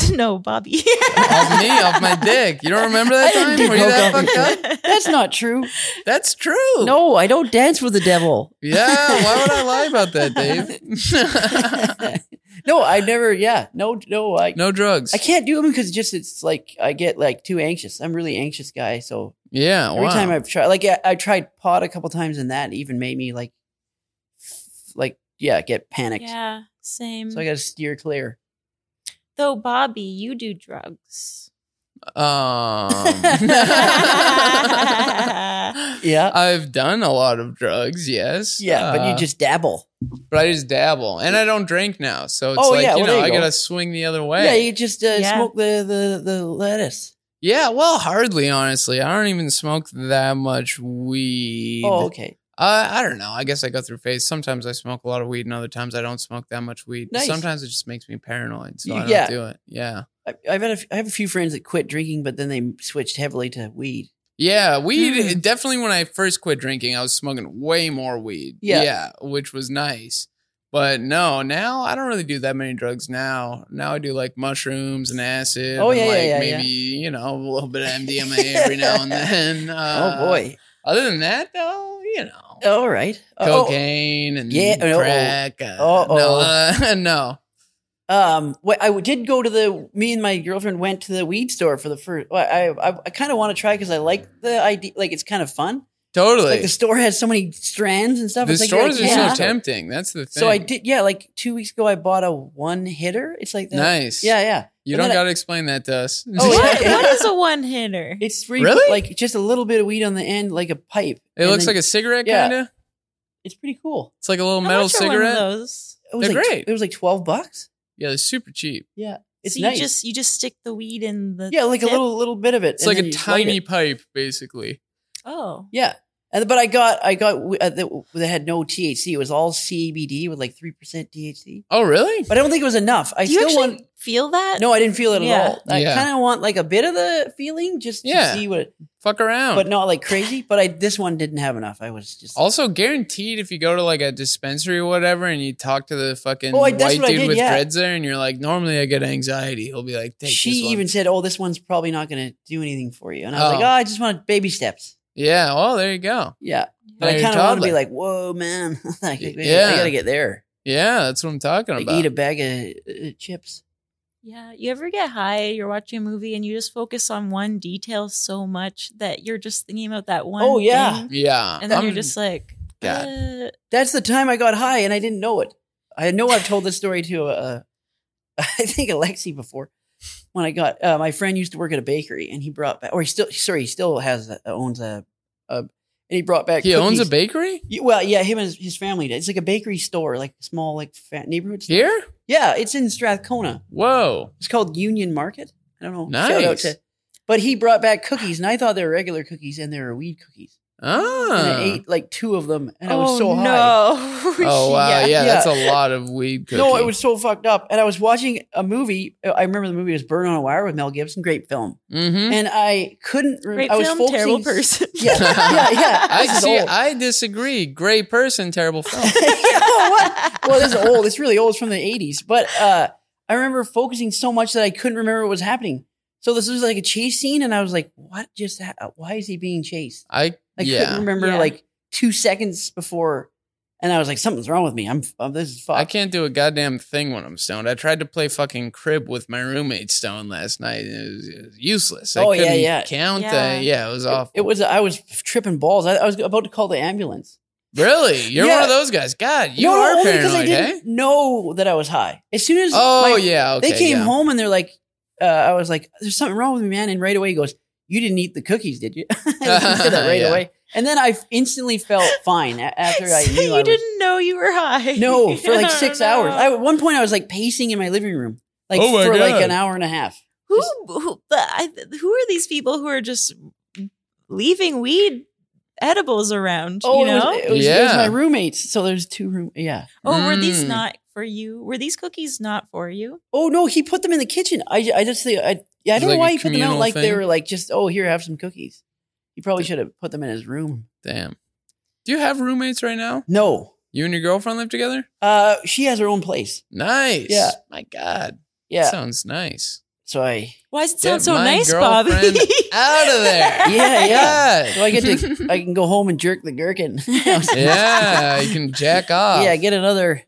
Speaker 3: no Bobby.
Speaker 2: off me, off my dick. You don't remember that
Speaker 1: I didn't
Speaker 2: time?
Speaker 1: do
Speaker 2: Were you
Speaker 1: coke
Speaker 2: that
Speaker 1: off my
Speaker 2: fucked up?
Speaker 1: That's not true.
Speaker 2: That's true.
Speaker 1: No, I don't dance with the devil.
Speaker 2: Yeah. Why would I lie about that, Dave?
Speaker 1: no, I never. Yeah. No, no. I,
Speaker 2: no drugs.
Speaker 1: I can't do them because just it's like I get like too anxious. I'm a really anxious guy, so
Speaker 2: Yeah.
Speaker 1: every
Speaker 2: Oh, wow.
Speaker 1: time I've tried, like I, I tried pot a couple times, and that even made me like, like yeah, get panicked.
Speaker 3: yeah, same.
Speaker 1: So I got to steer clear.
Speaker 3: Though Bobby, you do drugs.
Speaker 2: um,
Speaker 1: Yeah,
Speaker 2: I've done a lot of drugs, yes.
Speaker 1: yeah, but you
Speaker 2: Uh,
Speaker 1: just dabble.
Speaker 2: but I just dabble, and I don't drink now, so it's
Speaker 1: Oh,
Speaker 2: like
Speaker 1: yeah,
Speaker 2: you
Speaker 1: well,
Speaker 2: know
Speaker 1: there you
Speaker 2: I
Speaker 1: go.
Speaker 2: gotta swing the other way.
Speaker 1: Yeah, you just uh,
Speaker 3: Yeah.
Speaker 1: smoke the, the the lettuce.
Speaker 2: Yeah, well, hardly, honestly. I don't even smoke that much weed.
Speaker 1: Oh, okay.
Speaker 2: Uh, I, I don't know. I guess I go through phase. Sometimes I smoke a lot of weed, and other times I don't smoke that much weed.
Speaker 1: Nice.
Speaker 2: Sometimes it just makes me paranoid, so
Speaker 1: You-
Speaker 2: I don't
Speaker 1: yeah.
Speaker 2: do it. Yeah.
Speaker 1: I, I've had a, f- I have a few friends that quit drinking, but then they switched heavily to weed.
Speaker 2: Yeah, weed.
Speaker 1: Mm-hmm.
Speaker 3: Mm.
Speaker 2: Definitely when I first quit drinking, I was smoking way more weed.
Speaker 1: Yeah.
Speaker 2: Yeah, which was nice. But no, now I don't really do that many drugs now. Now I do like mushrooms and acid.
Speaker 1: Oh, yeah,
Speaker 2: and,
Speaker 1: yeah,
Speaker 2: like
Speaker 1: yeah, yeah.
Speaker 2: maybe, you know, a little bit of MDMA every now and then. Uh,
Speaker 1: oh boy.
Speaker 2: Other than that though, you know.
Speaker 1: All right. Oh,
Speaker 2: Cocaine and
Speaker 1: Yeah, no, oh.
Speaker 2: crack. uh,
Speaker 1: Uh-oh.
Speaker 2: no, uh, no.
Speaker 1: Um, wh- I did go to the. Me and my girlfriend went to the weed store for the first. well, I I, I kind of want to try because I like the idea. Like it's kind of fun.
Speaker 2: Totally.
Speaker 1: Like the store has so many strands and stuff.
Speaker 2: the
Speaker 1: It's like,
Speaker 2: stores
Speaker 1: you're
Speaker 2: are
Speaker 1: like, yeah.
Speaker 2: so tempting. That's the thing.
Speaker 1: So I did. Yeah, like two weeks ago, I bought a one hitter. It's like that.
Speaker 2: Nice.
Speaker 1: Yeah, yeah.
Speaker 2: You
Speaker 1: and
Speaker 2: don't
Speaker 1: then I-
Speaker 2: got to explain that to us.
Speaker 1: Oh, yeah.
Speaker 3: What, what is a one hitter?
Speaker 1: It's free,
Speaker 2: Really?
Speaker 1: like just a little bit of weed on the end, like a pipe.
Speaker 2: it looks like a cigarette,
Speaker 1: yeah.
Speaker 2: kind of.
Speaker 1: it's pretty cool.
Speaker 2: It's like a little
Speaker 3: How
Speaker 2: metal
Speaker 3: much are one of
Speaker 2: cigarette.
Speaker 3: those?
Speaker 1: It was
Speaker 2: They're
Speaker 1: like tw-
Speaker 2: great.
Speaker 1: it was like twelve bucks.
Speaker 2: Yeah, they're super cheap.
Speaker 1: Yeah, it's
Speaker 3: so
Speaker 1: nice.
Speaker 3: you just you just stick the weed in the
Speaker 1: yeah, like a
Speaker 3: tip?
Speaker 1: little little bit of it.
Speaker 2: It's
Speaker 1: and
Speaker 2: like
Speaker 1: then
Speaker 2: a
Speaker 1: you light
Speaker 2: tiny
Speaker 1: it.
Speaker 2: pipe, basically.
Speaker 3: oh
Speaker 1: Yeah, and but I got I got uh, the, that had no THC. It was all CBD with like three percent THC.
Speaker 2: Oh, really?
Speaker 1: But I don't think it was enough. I
Speaker 3: do you
Speaker 1: still
Speaker 3: actually
Speaker 1: want.
Speaker 3: feel that
Speaker 1: No, I didn't feel it
Speaker 3: Yeah.
Speaker 1: at all. I
Speaker 2: Yeah.
Speaker 1: kind of want like a bit of the feeling just to
Speaker 2: Yeah.
Speaker 1: see what, it,
Speaker 2: Fuck around.
Speaker 1: but not like crazy. But I this one didn't have enough. I was just
Speaker 2: also, guaranteed, if you go to like a dispensary or whatever, and you talk to the fucking
Speaker 1: Oh, I- that's
Speaker 2: white
Speaker 1: what I
Speaker 2: dude
Speaker 1: did,
Speaker 2: with
Speaker 1: yeah.
Speaker 2: dreads there, and you're like, normally I get anxiety. He'll be like, take
Speaker 1: she
Speaker 2: this one.
Speaker 1: even said, "Oh, this one's probably not going to do anything for you," and I was
Speaker 2: Oh.
Speaker 1: like, "Oh, I just want baby steps."
Speaker 2: yeah. Well, there you go.
Speaker 1: Yeah, but I
Speaker 2: you're
Speaker 1: kind of want to
Speaker 2: toddler.
Speaker 1: be like, "Whoa, man! like, I-
Speaker 2: Yeah.
Speaker 1: I got to get there.
Speaker 2: Yeah, that's what I'm talking
Speaker 1: Like,
Speaker 2: about.
Speaker 1: eat a bag of uh, chips."
Speaker 3: yeah you ever get high you're watching a movie and you just focus on one detail so much that you're just thinking about that one.
Speaker 1: Oh, yeah.
Speaker 3: thing,
Speaker 2: yeah.
Speaker 3: and then you're
Speaker 2: I'm-
Speaker 3: just like
Speaker 2: God.
Speaker 3: uh,
Speaker 1: That's the time I got high, and I didn't know it. I know I've told this story to, uh, I think Alexi before. When I got uh, my friend used to work at a bakery, and he brought back, or he still, sorry, he still has a, owns a, a, and he brought back.
Speaker 2: He owns a
Speaker 1: cookies.
Speaker 2: bakery
Speaker 1: Y- Well, yeah, him and his- his family. did. It's like a bakery store, like small, like fat neighborhood. store.
Speaker 2: here.
Speaker 1: Yeah, it's in Strathcona.
Speaker 2: Whoa.
Speaker 1: It's called Union Market. I don't know.
Speaker 2: Nice.
Speaker 1: but he brought back cookies, and I thought they were regular cookies, and they were weed cookies. Oh, And I
Speaker 2: Ah.
Speaker 1: ate like two of them, and I
Speaker 3: oh
Speaker 1: was so high.
Speaker 3: no
Speaker 2: Oh wow, yeah,
Speaker 1: Yeah.
Speaker 2: that's a lot of weed cooking.
Speaker 1: No, it was so fucked up. And I was watching a movie. uh, I remember the movie was Burn on a Wire with Mel Gibson. Great film.
Speaker 2: hmm
Speaker 1: And I couldn't. Re-
Speaker 3: Mm-hmm. great
Speaker 1: I was
Speaker 3: film
Speaker 1: focusing-
Speaker 3: terrible person
Speaker 1: Yeah, yeah, yeah.
Speaker 2: I
Speaker 1: This is
Speaker 2: see.
Speaker 1: old.
Speaker 2: I disagree. Great person, terrible film.
Speaker 1: You know what? Well, this is old. It's really old. It's from the eighties. But uh, I remember focusing so much that I couldn't remember what was happening. So this was like a chase scene, and I was like, "What just? Ha- why is he being chased?"
Speaker 2: I
Speaker 1: I couldn't
Speaker 2: yeah.
Speaker 1: remember
Speaker 3: Yeah.
Speaker 1: like two seconds before, and I was like, "Something's wrong with me. I'm, i this is fucked."
Speaker 2: I can't do a goddamn thing when I'm stoned. I tried to play fucking crib with my roommate stoned last night. and It was, it was useless. I
Speaker 1: Oh, yeah,
Speaker 2: couldn't
Speaker 1: yeah.
Speaker 2: count. uh,
Speaker 3: Yeah.
Speaker 2: Yeah. it was
Speaker 1: It,
Speaker 2: awful.
Speaker 1: it was. I was tripping balls. I, I was about to call the ambulance.
Speaker 2: really, you're one
Speaker 1: Yeah.
Speaker 2: of those guys. God, you
Speaker 1: No, no,
Speaker 2: are
Speaker 1: only I
Speaker 2: paranoid, eh?
Speaker 1: didn't know that I was high. As soon as
Speaker 2: Oh
Speaker 1: my-
Speaker 2: yeah, okay,
Speaker 1: they came
Speaker 2: yeah.
Speaker 1: home and they're like, uh, I was like, there's something wrong with me, man. And right away he goes, you didn't eat the cookies, did you? he said that right
Speaker 2: Yeah.
Speaker 1: away. And then I instantly felt fine a- after I
Speaker 3: So
Speaker 1: knew
Speaker 3: you
Speaker 1: I was.
Speaker 3: didn't know you were high
Speaker 1: No, for like
Speaker 3: Oh,
Speaker 1: six
Speaker 3: no.
Speaker 1: hours. I, at one point I was like pacing in my living room, like
Speaker 2: Oh my
Speaker 1: for like
Speaker 2: God.
Speaker 1: an hour and a half.
Speaker 3: who who, the, I, who are these people who are just leaving weed edibles around
Speaker 1: Oh,
Speaker 3: you know
Speaker 1: it, was, it, was, it was
Speaker 2: Yeah.
Speaker 1: my roommates. So there's two room. Yeah.
Speaker 3: Oh, were these
Speaker 2: Mm.
Speaker 3: not for you? Were these cookies not for you?
Speaker 1: Oh no, he put them in the kitchen. I, I just think I yeah, I
Speaker 2: It's like
Speaker 1: don't know
Speaker 2: a
Speaker 1: why he put them out
Speaker 2: communal
Speaker 1: like they
Speaker 2: thing.
Speaker 1: were like just oh here have some cookies. He probably should have put them in his room.
Speaker 2: Damn. Do you have roommates right now?
Speaker 1: No,
Speaker 2: You and your girlfriend live together?
Speaker 1: uh, she has her own place.
Speaker 2: Nice.
Speaker 1: Yeah.
Speaker 2: My God.
Speaker 1: Yeah,
Speaker 2: Sounds nice.
Speaker 1: so I
Speaker 3: Why does
Speaker 2: Get
Speaker 3: it sound so
Speaker 2: my
Speaker 3: nice, Bobby?
Speaker 2: girlfriend out of there.
Speaker 1: yeah, yeah.
Speaker 2: God.
Speaker 1: So I get
Speaker 2: Mm-hmm.
Speaker 1: to, I can go home and jerk the gherkin. yeah,
Speaker 2: yeah, you can jack off.
Speaker 1: yeah. Get another,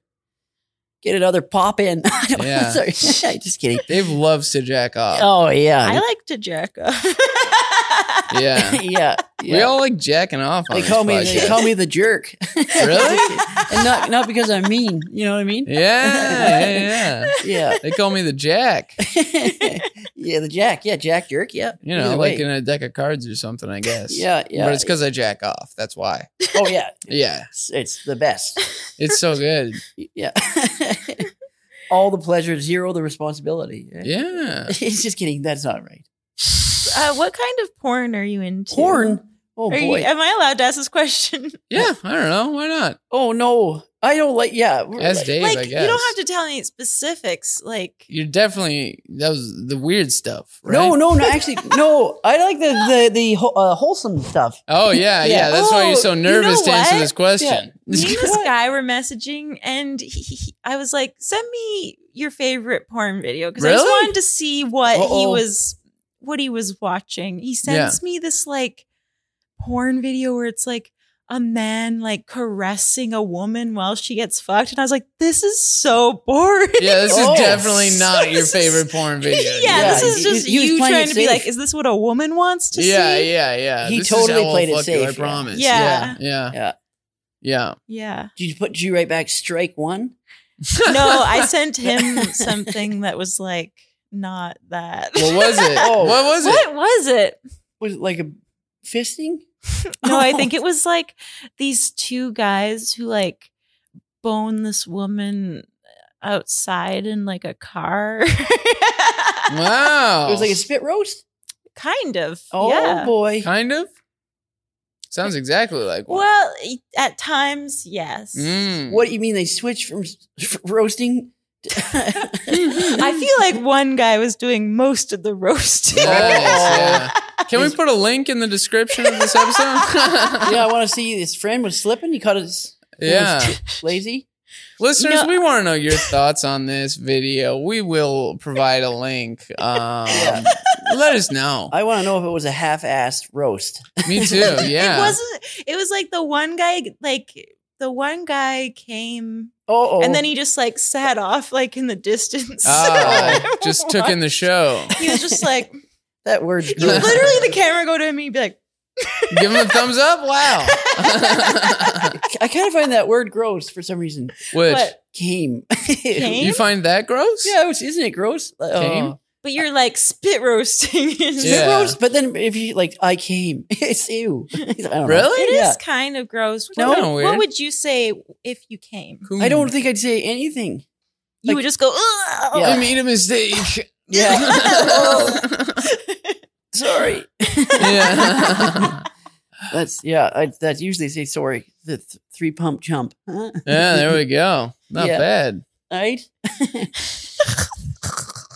Speaker 1: get another pop in. I don't-
Speaker 2: Yeah. Uh,
Speaker 1: Sorry, just kidding.
Speaker 2: Dave loves to jack off.
Speaker 1: Oh
Speaker 3: I
Speaker 1: yeah,
Speaker 3: like to jack off.
Speaker 2: Yeah.
Speaker 1: yeah. Oh. yeah.
Speaker 2: We all like jacking off on
Speaker 1: they
Speaker 2: this
Speaker 1: call me
Speaker 2: podcast.
Speaker 1: they call me the jerk.
Speaker 2: Really?
Speaker 1: and not not because I'm mean. You know what I mean?
Speaker 2: yeah, yeah, yeah.
Speaker 1: Yeah,
Speaker 2: They call me the jack.
Speaker 1: yeah. The Jack, yeah, Jack jerk, yeah.
Speaker 2: You know,
Speaker 1: Either
Speaker 2: like uh,
Speaker 1: way.
Speaker 2: in a deck of cards or something, I guess.
Speaker 1: yeah, yeah.
Speaker 2: But it's because I jack off. That's why.
Speaker 1: oh yeah,
Speaker 2: Yeah.
Speaker 1: it's, it's the best.
Speaker 2: It's so good.
Speaker 1: Yeah. All the pleasure, zero the responsibility.
Speaker 2: Yeah.
Speaker 1: It's just kidding. That's not right.
Speaker 3: uh, what kind of porn are you into?
Speaker 1: Porn. Oh
Speaker 3: Are you-
Speaker 1: boy.
Speaker 3: am I allowed to ask this question?
Speaker 2: Yeah, I don't know. Why not?
Speaker 1: oh no. I don't like. Yeah. we're
Speaker 2: As
Speaker 1: like-
Speaker 2: Dave,
Speaker 3: like
Speaker 2: I
Speaker 3: you
Speaker 2: guess.
Speaker 3: don't have to tell any specifics. Like
Speaker 2: You're definitely that was the weird stuff, right?
Speaker 1: No, no, no. Actually, no. I like the the the whole- uh, wholesome stuff.
Speaker 2: Oh yeah,
Speaker 1: Yeah.
Speaker 2: yeah. That's why you're
Speaker 3: Oh,
Speaker 2: so
Speaker 3: you know
Speaker 2: nervous to answer
Speaker 3: what?
Speaker 2: this question.
Speaker 3: me and this
Speaker 1: What?
Speaker 3: guy were messaging, and he, he- he- I was like, "Send me your favorite porn video," because I just
Speaker 2: Really?
Speaker 3: wanted to see what he
Speaker 1: Uh-oh.
Speaker 3: was what he was watching. He sends me this like porn video where it's like a man like caressing a woman while she gets fucked, and I was like, "This is so boring."
Speaker 2: Yeah, this
Speaker 1: Oh.
Speaker 2: is definitely not your
Speaker 3: This is-
Speaker 2: favorite porn video.
Speaker 3: yeah,
Speaker 2: dude.
Speaker 1: Yeah,
Speaker 3: this is
Speaker 1: he-
Speaker 3: just
Speaker 1: he- he was
Speaker 3: you
Speaker 1: playing
Speaker 3: trying
Speaker 1: it
Speaker 3: to be like,
Speaker 1: safe.
Speaker 3: "Is this what a woman wants to
Speaker 2: yeah,
Speaker 3: see?"
Speaker 2: yeah, yeah.
Speaker 1: He
Speaker 2: This is
Speaker 1: totally
Speaker 2: how
Speaker 1: played it
Speaker 2: I'll fuck you,
Speaker 1: safe, yeah.
Speaker 2: I promise.
Speaker 3: Yeah.
Speaker 2: yeah,
Speaker 1: Yeah.
Speaker 2: yeah, yeah.
Speaker 3: yeah.
Speaker 1: Did you put? Did you write back? Strike one.
Speaker 3: no, I sent him something that was like not that.
Speaker 2: What was it?
Speaker 1: Oh.
Speaker 2: What was it?
Speaker 3: What was it?
Speaker 1: Was it like a fisting?
Speaker 3: No, I think it was like these two guys who like bone this woman outside in like a car.
Speaker 2: Wow.
Speaker 1: It was like a spit roast.
Speaker 3: kind of.
Speaker 1: Oh
Speaker 3: yeah.
Speaker 1: boy.
Speaker 2: kind of. Sounds exactly like one.
Speaker 3: Well, at times, yes.
Speaker 2: Mm.
Speaker 1: What do you mean they switched from s- f- roasting? to-
Speaker 3: I feel like one guy was doing most of the roasting.
Speaker 2: Nice, yeah. Can we put a link in the description of this episode?
Speaker 1: yeah, I want to see his friend was slipping. He caught his
Speaker 2: Yeah.
Speaker 1: lazy.
Speaker 2: Listeners,
Speaker 3: No.
Speaker 2: we want to know your thoughts on this video. We will provide a link. Um, Let us know.
Speaker 1: I want to know if it was a half-assed roast.
Speaker 2: Me too. Yeah.
Speaker 3: It wasn't it was like the one guy like the one guy came
Speaker 1: Oh,
Speaker 3: and then he just like sat off like in the distance.
Speaker 2: Ah, just took in the show.
Speaker 3: He was just like
Speaker 1: that word.
Speaker 3: you literally the camera go to him and he'd be like
Speaker 2: Give him a thumbs up. Wow.
Speaker 1: I kind of find that word gross for some reason.
Speaker 2: Which
Speaker 3: but,
Speaker 1: Came.
Speaker 2: you find that gross?
Speaker 1: Yeah, it was, isn't it gross? Uh,
Speaker 2: Came?
Speaker 3: but you're like spit roasting. It's-
Speaker 1: Spit
Speaker 2: Yeah.
Speaker 1: roast, but then if you like, I came. It's ew. I don't know.
Speaker 2: Really?
Speaker 3: It is
Speaker 1: Yeah.
Speaker 3: kind of gross.
Speaker 2: No.
Speaker 3: What,
Speaker 2: Kinda
Speaker 3: would-
Speaker 2: weird.
Speaker 3: what would you say if you came?
Speaker 1: I don't think I'd say anything.
Speaker 3: You
Speaker 1: Like-
Speaker 3: would just go, "Ugh."
Speaker 1: Yeah.
Speaker 2: I made a mistake.
Speaker 1: Sorry.
Speaker 2: yeah.
Speaker 1: That's yeah. I that usually say sorry. The th- three pump chump. Huh?
Speaker 2: Yeah, there we go. Not
Speaker 1: Yeah.
Speaker 2: bad.
Speaker 1: Right.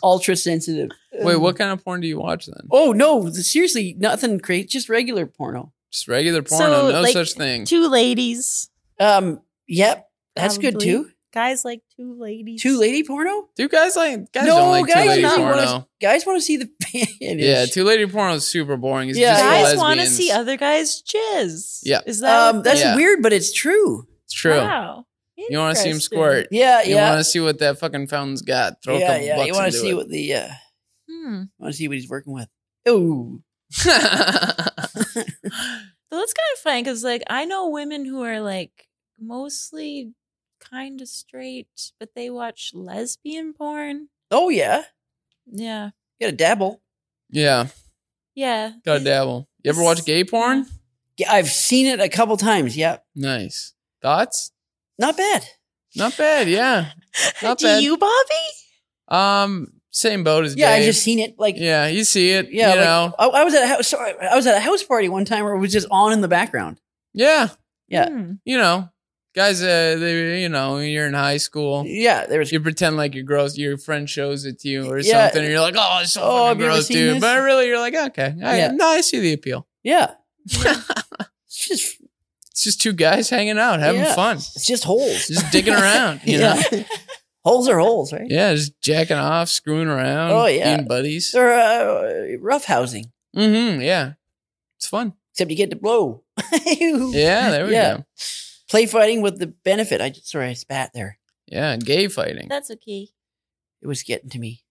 Speaker 1: Ultra sensitive.
Speaker 3: Um,
Speaker 2: Wait, what kind of porn do you watch then?
Speaker 1: Um, Oh no! Seriously, nothing great. Just regular porno.
Speaker 2: Just regular porn,
Speaker 3: So,
Speaker 2: no
Speaker 3: like,
Speaker 2: such thing.
Speaker 3: Two ladies.
Speaker 1: Um. Yep. That's good
Speaker 3: Probably.
Speaker 1: too.
Speaker 3: Guys like two ladies.
Speaker 1: Two lady porno.
Speaker 2: Do guys like guys
Speaker 1: No,
Speaker 2: don't like
Speaker 1: guys
Speaker 2: two lady
Speaker 1: don't wanna-
Speaker 2: porno?
Speaker 1: Guys want to see the vanish.
Speaker 2: Yeah, two lady porno is super boring. It's
Speaker 1: Yeah.
Speaker 2: just
Speaker 3: guys
Speaker 2: want to
Speaker 3: to see other guys jizz.
Speaker 2: Yeah.
Speaker 3: Is that
Speaker 1: Um. That's
Speaker 2: Yeah.
Speaker 1: weird, but it's true.
Speaker 2: It's true.
Speaker 3: Wow.
Speaker 2: You want to see him
Speaker 3: Interesting.
Speaker 2: squirt.
Speaker 1: Yeah.
Speaker 2: You
Speaker 1: Yeah.
Speaker 2: want to see what that fucking fountain's got. Throw a
Speaker 1: yeah.
Speaker 2: couple
Speaker 1: Yeah.
Speaker 2: bucks
Speaker 1: You want
Speaker 2: into
Speaker 1: to see
Speaker 2: it.
Speaker 1: what the. Uh,
Speaker 3: Hmm.
Speaker 1: want to see what he's working with. Ooh.
Speaker 3: But that's kind of funny because, like, I know women who are like mostly kind of straight, but they watch lesbian porn.
Speaker 1: Oh yeah.
Speaker 3: Yeah.
Speaker 1: You gotta dabble.
Speaker 2: yeah,
Speaker 3: Yeah.
Speaker 2: gotta dabble. You ever watch gay porn?
Speaker 1: Yeah, I've seen it a couple times. Yeah.
Speaker 2: Nice thoughts.
Speaker 1: Not bad.
Speaker 2: Not bad. Yeah. Not
Speaker 3: Do
Speaker 2: bad.
Speaker 3: you, Bobby?
Speaker 2: Um, same boat as
Speaker 1: Yeah, I
Speaker 2: Dave.
Speaker 1: just seen it like
Speaker 2: yeah, you see it.
Speaker 1: Yeah,
Speaker 2: Yeah, you
Speaker 1: like,
Speaker 2: know.
Speaker 1: I, I was at a house. Sorry, I was at a house party one time where it was just on in the background.
Speaker 2: Yeah,
Speaker 1: Yeah.
Speaker 3: Hmm.
Speaker 2: you know, guys. Uh, they, you know, you're in high school.
Speaker 1: Yeah, there was.
Speaker 2: You pretend like you're gross. Your friend shows it to you or
Speaker 1: Yeah.
Speaker 2: something. And you're like, oh, it's so
Speaker 1: Oh,
Speaker 2: fucking
Speaker 1: have you ever
Speaker 2: gross,
Speaker 1: seen
Speaker 2: dude.
Speaker 1: this?
Speaker 2: But really, you're like, okay, I,
Speaker 1: Yeah.
Speaker 2: no, I see the appeal.
Speaker 1: Yeah,
Speaker 2: it's
Speaker 1: it's just
Speaker 2: just two guys hanging out, having
Speaker 1: Yeah.
Speaker 2: fun,
Speaker 1: it's just holes.
Speaker 2: just digging around. You know?
Speaker 1: yeah, holes are holes, right?
Speaker 2: yeah, just jacking off, screwing around.
Speaker 1: Oh, yeah.
Speaker 2: being buddies.
Speaker 1: Or uh, rough housing,
Speaker 2: Mm-hmm. Yeah, it's fun.
Speaker 1: except you get to blow.
Speaker 2: Yeah, there we
Speaker 1: Yeah.
Speaker 2: go.
Speaker 1: Play fighting with the benefit. I just sorry I spat there.
Speaker 2: Yeah, gay fighting.
Speaker 3: That's okay.
Speaker 1: It was getting to me.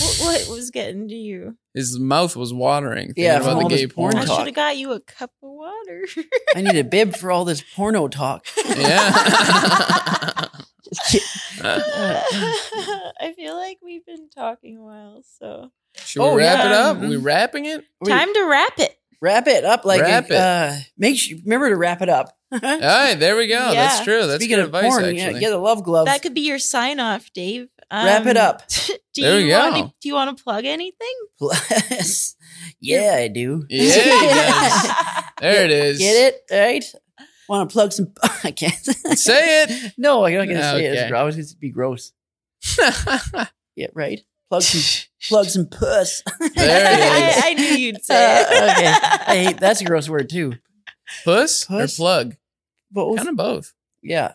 Speaker 3: What, what was getting to you?
Speaker 2: His mouth was watering. thinking
Speaker 1: Yeah, from
Speaker 2: about
Speaker 1: all
Speaker 2: the
Speaker 1: this
Speaker 2: gay
Speaker 1: porn
Speaker 2: porn.
Speaker 3: I
Speaker 1: talk.
Speaker 3: should have got you a cup of water.
Speaker 1: I need a bib for all this porno talk.
Speaker 2: Yeah. Uh,
Speaker 1: Uh,
Speaker 3: I feel like we've been talking a while, so
Speaker 2: Should we
Speaker 1: Oh,
Speaker 2: wrap it
Speaker 3: yeah.
Speaker 2: up? we wrapping it?
Speaker 1: We-
Speaker 3: time to wrap it.
Speaker 1: wrap it up. Like
Speaker 2: Wrap it.
Speaker 1: uh, make sure remember to wrap it up.
Speaker 2: All right, there we go.
Speaker 3: Yeah.
Speaker 2: That's true. That's
Speaker 1: Speaking
Speaker 2: good
Speaker 1: of
Speaker 2: advice,
Speaker 1: porn, yeah,
Speaker 2: actually.
Speaker 1: get a love glove.
Speaker 3: That could be your sign off, Dave. Um,
Speaker 1: Wrap it up.
Speaker 3: Do
Speaker 2: There
Speaker 3: you
Speaker 2: we go.
Speaker 3: Wanna, do you want to plug anything?
Speaker 1: Plus, yeah, I do.
Speaker 2: Yeah, he does. There it is.
Speaker 1: Get it? All right. Want to plug some? I can't
Speaker 2: Say it.
Speaker 1: No, I'm not gonna say it.
Speaker 2: Okay.
Speaker 1: It's, I was gonna be gross. Yeah, right. Plug some, plug some puss.
Speaker 2: there it is.
Speaker 3: I, I knew you'd say
Speaker 1: Uh,
Speaker 3: it.
Speaker 1: okay, I hate that's a gross word too.
Speaker 2: Puss,
Speaker 1: Puss?
Speaker 2: or plug?
Speaker 1: But what was-
Speaker 2: Kind of both.
Speaker 1: yeah,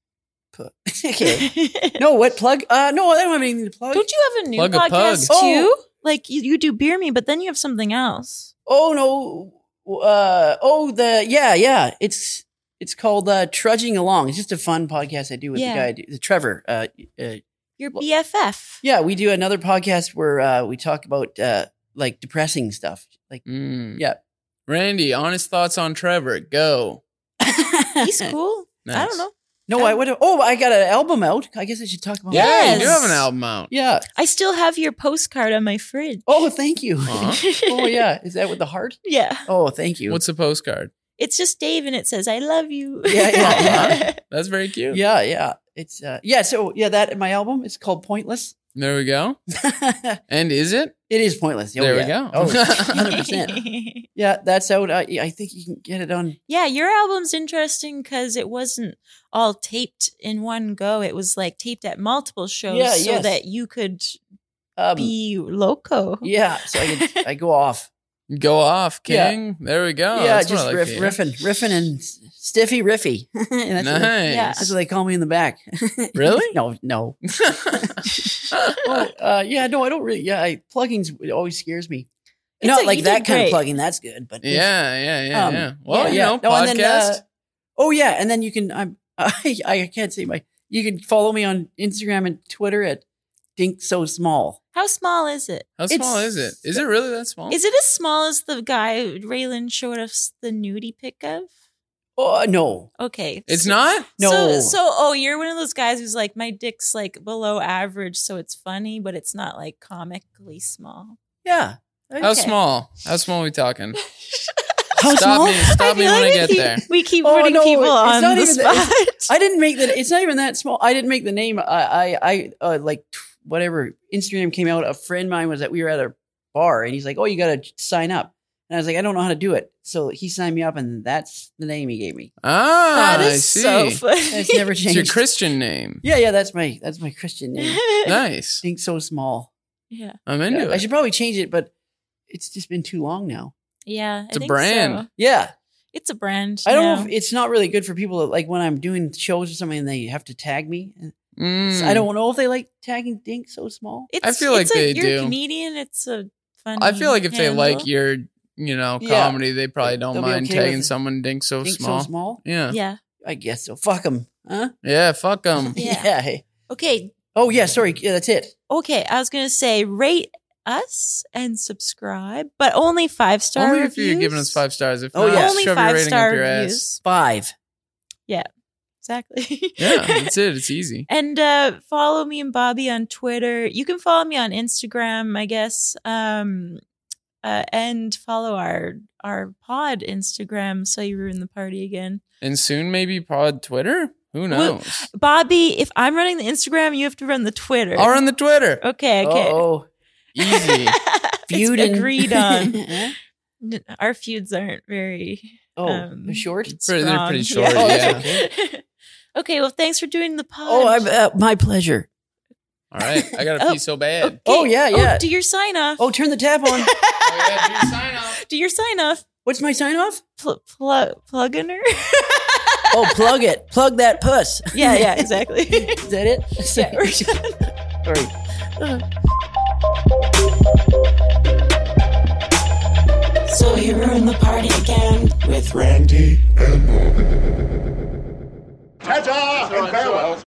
Speaker 1: Pu- okay. No, what plug? Uh, no, I don't have anything to plug. Oh,
Speaker 3: Don't you have a new
Speaker 2: Plug a
Speaker 3: podcast
Speaker 1: pug.
Speaker 3: too? Like you, you do beer me, but then you have something else.
Speaker 1: oh no. Uh, oh the yeah yeah. It's it's called uh, trudging along. It's just a fun podcast I do with
Speaker 3: Yeah.
Speaker 1: the guy, I do, Trevor. Uh, uh,
Speaker 3: Your
Speaker 1: Well-
Speaker 3: BFF.
Speaker 1: yeah, we do another podcast where uh, we talk about uh, like depressing stuff. Like
Speaker 2: Mm.
Speaker 1: Yeah.
Speaker 2: Randy, honest thoughts on Trevor. Go.
Speaker 3: He's cool. I
Speaker 2: Nice.
Speaker 3: don't know.
Speaker 1: no, I would. have Oh, I got an album out. I guess I should talk about.
Speaker 2: Yeah,
Speaker 1: that.
Speaker 2: you do
Speaker 3: Yes.
Speaker 2: have an album out.
Speaker 1: Yeah.
Speaker 3: I still have your postcard on my fridge.
Speaker 1: Oh, thank you.
Speaker 2: Aw.
Speaker 1: oh yeah, is that with the heart?
Speaker 3: Yeah.
Speaker 1: Oh, thank you.
Speaker 2: What's the postcard?
Speaker 3: It's just Dave and it says, I love you.
Speaker 1: Yeah, yeah,
Speaker 2: yeah. That's very cute.
Speaker 1: yeah, yeah. It's uh, yeah. So yeah, that my album is called Pointless.
Speaker 2: There we go.
Speaker 1: it
Speaker 2: And is it?
Speaker 1: is pointless. Oh,
Speaker 2: There we
Speaker 1: yeah.
Speaker 2: go.
Speaker 1: Oh, 100%. Yeah, that's out. I, I think you can get it on.
Speaker 3: yeah, your album's interesting because it wasn't all taped in one go. It was like taped at multiple shows
Speaker 1: Yeah,
Speaker 3: so
Speaker 1: yes.
Speaker 3: that you could
Speaker 1: Um,
Speaker 3: be loco.
Speaker 1: yeah, so I, could, I go off.
Speaker 2: Go off,
Speaker 1: Yeah.
Speaker 2: King. There we go.
Speaker 1: yeah,
Speaker 2: Oh, That's what
Speaker 1: just
Speaker 2: I like
Speaker 1: riff,
Speaker 2: to hear.
Speaker 1: riffing, riffing, and s- stiffy riffy. that's, what they,
Speaker 3: Yeah.
Speaker 1: that's
Speaker 2: Nice.
Speaker 1: what they call me in the back.
Speaker 2: Really?
Speaker 1: no, no. Oh, uh, yeah, no, I don't really. Yeah, I, plugging's it always scares me.
Speaker 3: It's
Speaker 1: Not
Speaker 3: a-
Speaker 1: like
Speaker 3: you
Speaker 1: that
Speaker 3: did
Speaker 1: kind
Speaker 3: great.
Speaker 1: of plugging. That's good, but
Speaker 2: yeah, yeah, yeah,
Speaker 1: Um,
Speaker 2: yeah. Well,
Speaker 1: yeah,
Speaker 2: you
Speaker 1: yeah.
Speaker 2: know,
Speaker 1: No,
Speaker 2: podcast.
Speaker 1: and then, uh, Oh yeah, and then you can I'm I I can't say my you can follow me on Instagram and Twitter at Dink So Small.
Speaker 3: How small is it?
Speaker 2: How small
Speaker 1: it's-
Speaker 2: is it? Is it really that small?
Speaker 3: Is it as small as the guy Raylan showed us the nudie pic of?
Speaker 1: Oh no.
Speaker 3: Okay.
Speaker 2: It's
Speaker 3: so-
Speaker 2: not?
Speaker 1: No.
Speaker 3: So, so, oh, you're one of those guys who's like, my dick's like below average, so it's funny, but it's not like comically small.
Speaker 1: Yeah.
Speaker 2: How
Speaker 3: Okay.
Speaker 2: small? How small are we talking?
Speaker 1: How
Speaker 2: stop
Speaker 1: small?
Speaker 2: me. Stop me
Speaker 3: feel
Speaker 2: when
Speaker 3: like
Speaker 2: I get
Speaker 3: we-
Speaker 2: there.
Speaker 3: We keep
Speaker 1: Oh,
Speaker 3: putting
Speaker 1: no,
Speaker 3: people
Speaker 1: it's
Speaker 3: on
Speaker 1: not
Speaker 3: the
Speaker 1: even
Speaker 3: spot.
Speaker 1: that- I didn't make that it's not even that small. I didn't make the name. I I, I uh, like t- whatever Instagram came out, a friend of mine was that we were at a bar and he's like, Oh, you gotta sign up. And I was like, I don't know how to do it. So he signed me up and that's the name he gave me.
Speaker 2: Ah,
Speaker 3: that
Speaker 2: I
Speaker 3: is
Speaker 2: see.
Speaker 3: so funny.
Speaker 1: It's never
Speaker 2: it's your
Speaker 1: changed.
Speaker 2: Christian name.
Speaker 1: yeah, yeah, that's my that's my Christian name.
Speaker 2: Nice.
Speaker 1: Think so small.
Speaker 3: yeah.
Speaker 2: I'm into
Speaker 1: Yeah,
Speaker 2: it.
Speaker 1: I should probably change it, but it's just been too long now.
Speaker 3: Yeah.
Speaker 2: It's a brand.
Speaker 1: Yeah.
Speaker 3: It's a brand.
Speaker 1: I don't know
Speaker 3: now.
Speaker 1: if it's not really good for people that like when I'm doing shows or something and they have to tag me.
Speaker 2: Mm.
Speaker 1: I don't know if they like tagging Dink so small.
Speaker 3: It's,
Speaker 2: I feel like
Speaker 3: it's
Speaker 2: they
Speaker 3: a- you're a
Speaker 2: do.
Speaker 3: comedian. It's a funny.
Speaker 2: I feel like if they like
Speaker 3: handle.
Speaker 2: your, you know,
Speaker 1: Yeah.
Speaker 2: comedy, they probably don't
Speaker 1: They'll be
Speaker 2: mind
Speaker 1: okay with
Speaker 2: tagging
Speaker 1: it.
Speaker 2: someone dink so
Speaker 1: Dink
Speaker 2: small.
Speaker 1: so small?
Speaker 2: Yeah.
Speaker 3: Yeah.
Speaker 1: I guess so. Fuck them. Huh?
Speaker 2: Yeah, fuck them.
Speaker 3: Yeah.
Speaker 1: hey.
Speaker 3: Okay.
Speaker 1: Oh, yeah. Sorry. Yeah, that's it.
Speaker 3: Okay. I was gonna say rate us and subscribe, but only five star
Speaker 2: Only
Speaker 3: reviews.
Speaker 2: if you're giving us five stars. If
Speaker 1: Oh,
Speaker 2: not,
Speaker 1: yeah.
Speaker 3: Only
Speaker 2: shove your
Speaker 3: five
Speaker 2: rating
Speaker 3: star
Speaker 2: up your ass.
Speaker 3: reviews.
Speaker 1: Five.
Speaker 3: Exactly.
Speaker 2: Yeah, that's it. It's easy.
Speaker 3: And uh, follow me and Bobby on Twitter. You can follow me on Instagram, I guess, um, uh, and follow our our pod Instagram. So you ruin the party again,
Speaker 2: And soon maybe pod Twitter? Who knows?
Speaker 3: Bobby. If I'm running the Instagram, you have to run the Twitter.
Speaker 2: Or on the Twitter.
Speaker 3: Okay. Okay.
Speaker 1: Oh,
Speaker 2: Easy.
Speaker 3: It's
Speaker 1: feud and-
Speaker 3: agreed on.
Speaker 1: Huh?
Speaker 3: N- our feuds aren't very
Speaker 1: oh,
Speaker 3: Um,
Speaker 1: they're short.
Speaker 2: Pretty- they're pretty
Speaker 3: strong.
Speaker 2: short,
Speaker 3: okay. Well, thanks for doing the pod.
Speaker 1: Oh, I'm, uh, my pleasure.
Speaker 2: All right. I got to
Speaker 3: Oh.
Speaker 2: pee so bad.
Speaker 1: Oh, yeah, yeah.
Speaker 3: do your sign off.
Speaker 1: Oh, turn the tap on.
Speaker 2: Oh, yeah, do your sign off.
Speaker 3: Do your sign off.
Speaker 1: What's my sign off?
Speaker 3: Pl- pl- plug in her.
Speaker 1: Oh, plug it. Plug that puss.
Speaker 3: yeah, yeah, exactly.
Speaker 1: Is that it?
Speaker 3: Yeah, we're done.
Speaker 1: Sorry.
Speaker 4: So you ruined the party again with Randy.
Speaker 5: Ta-ta and farewell.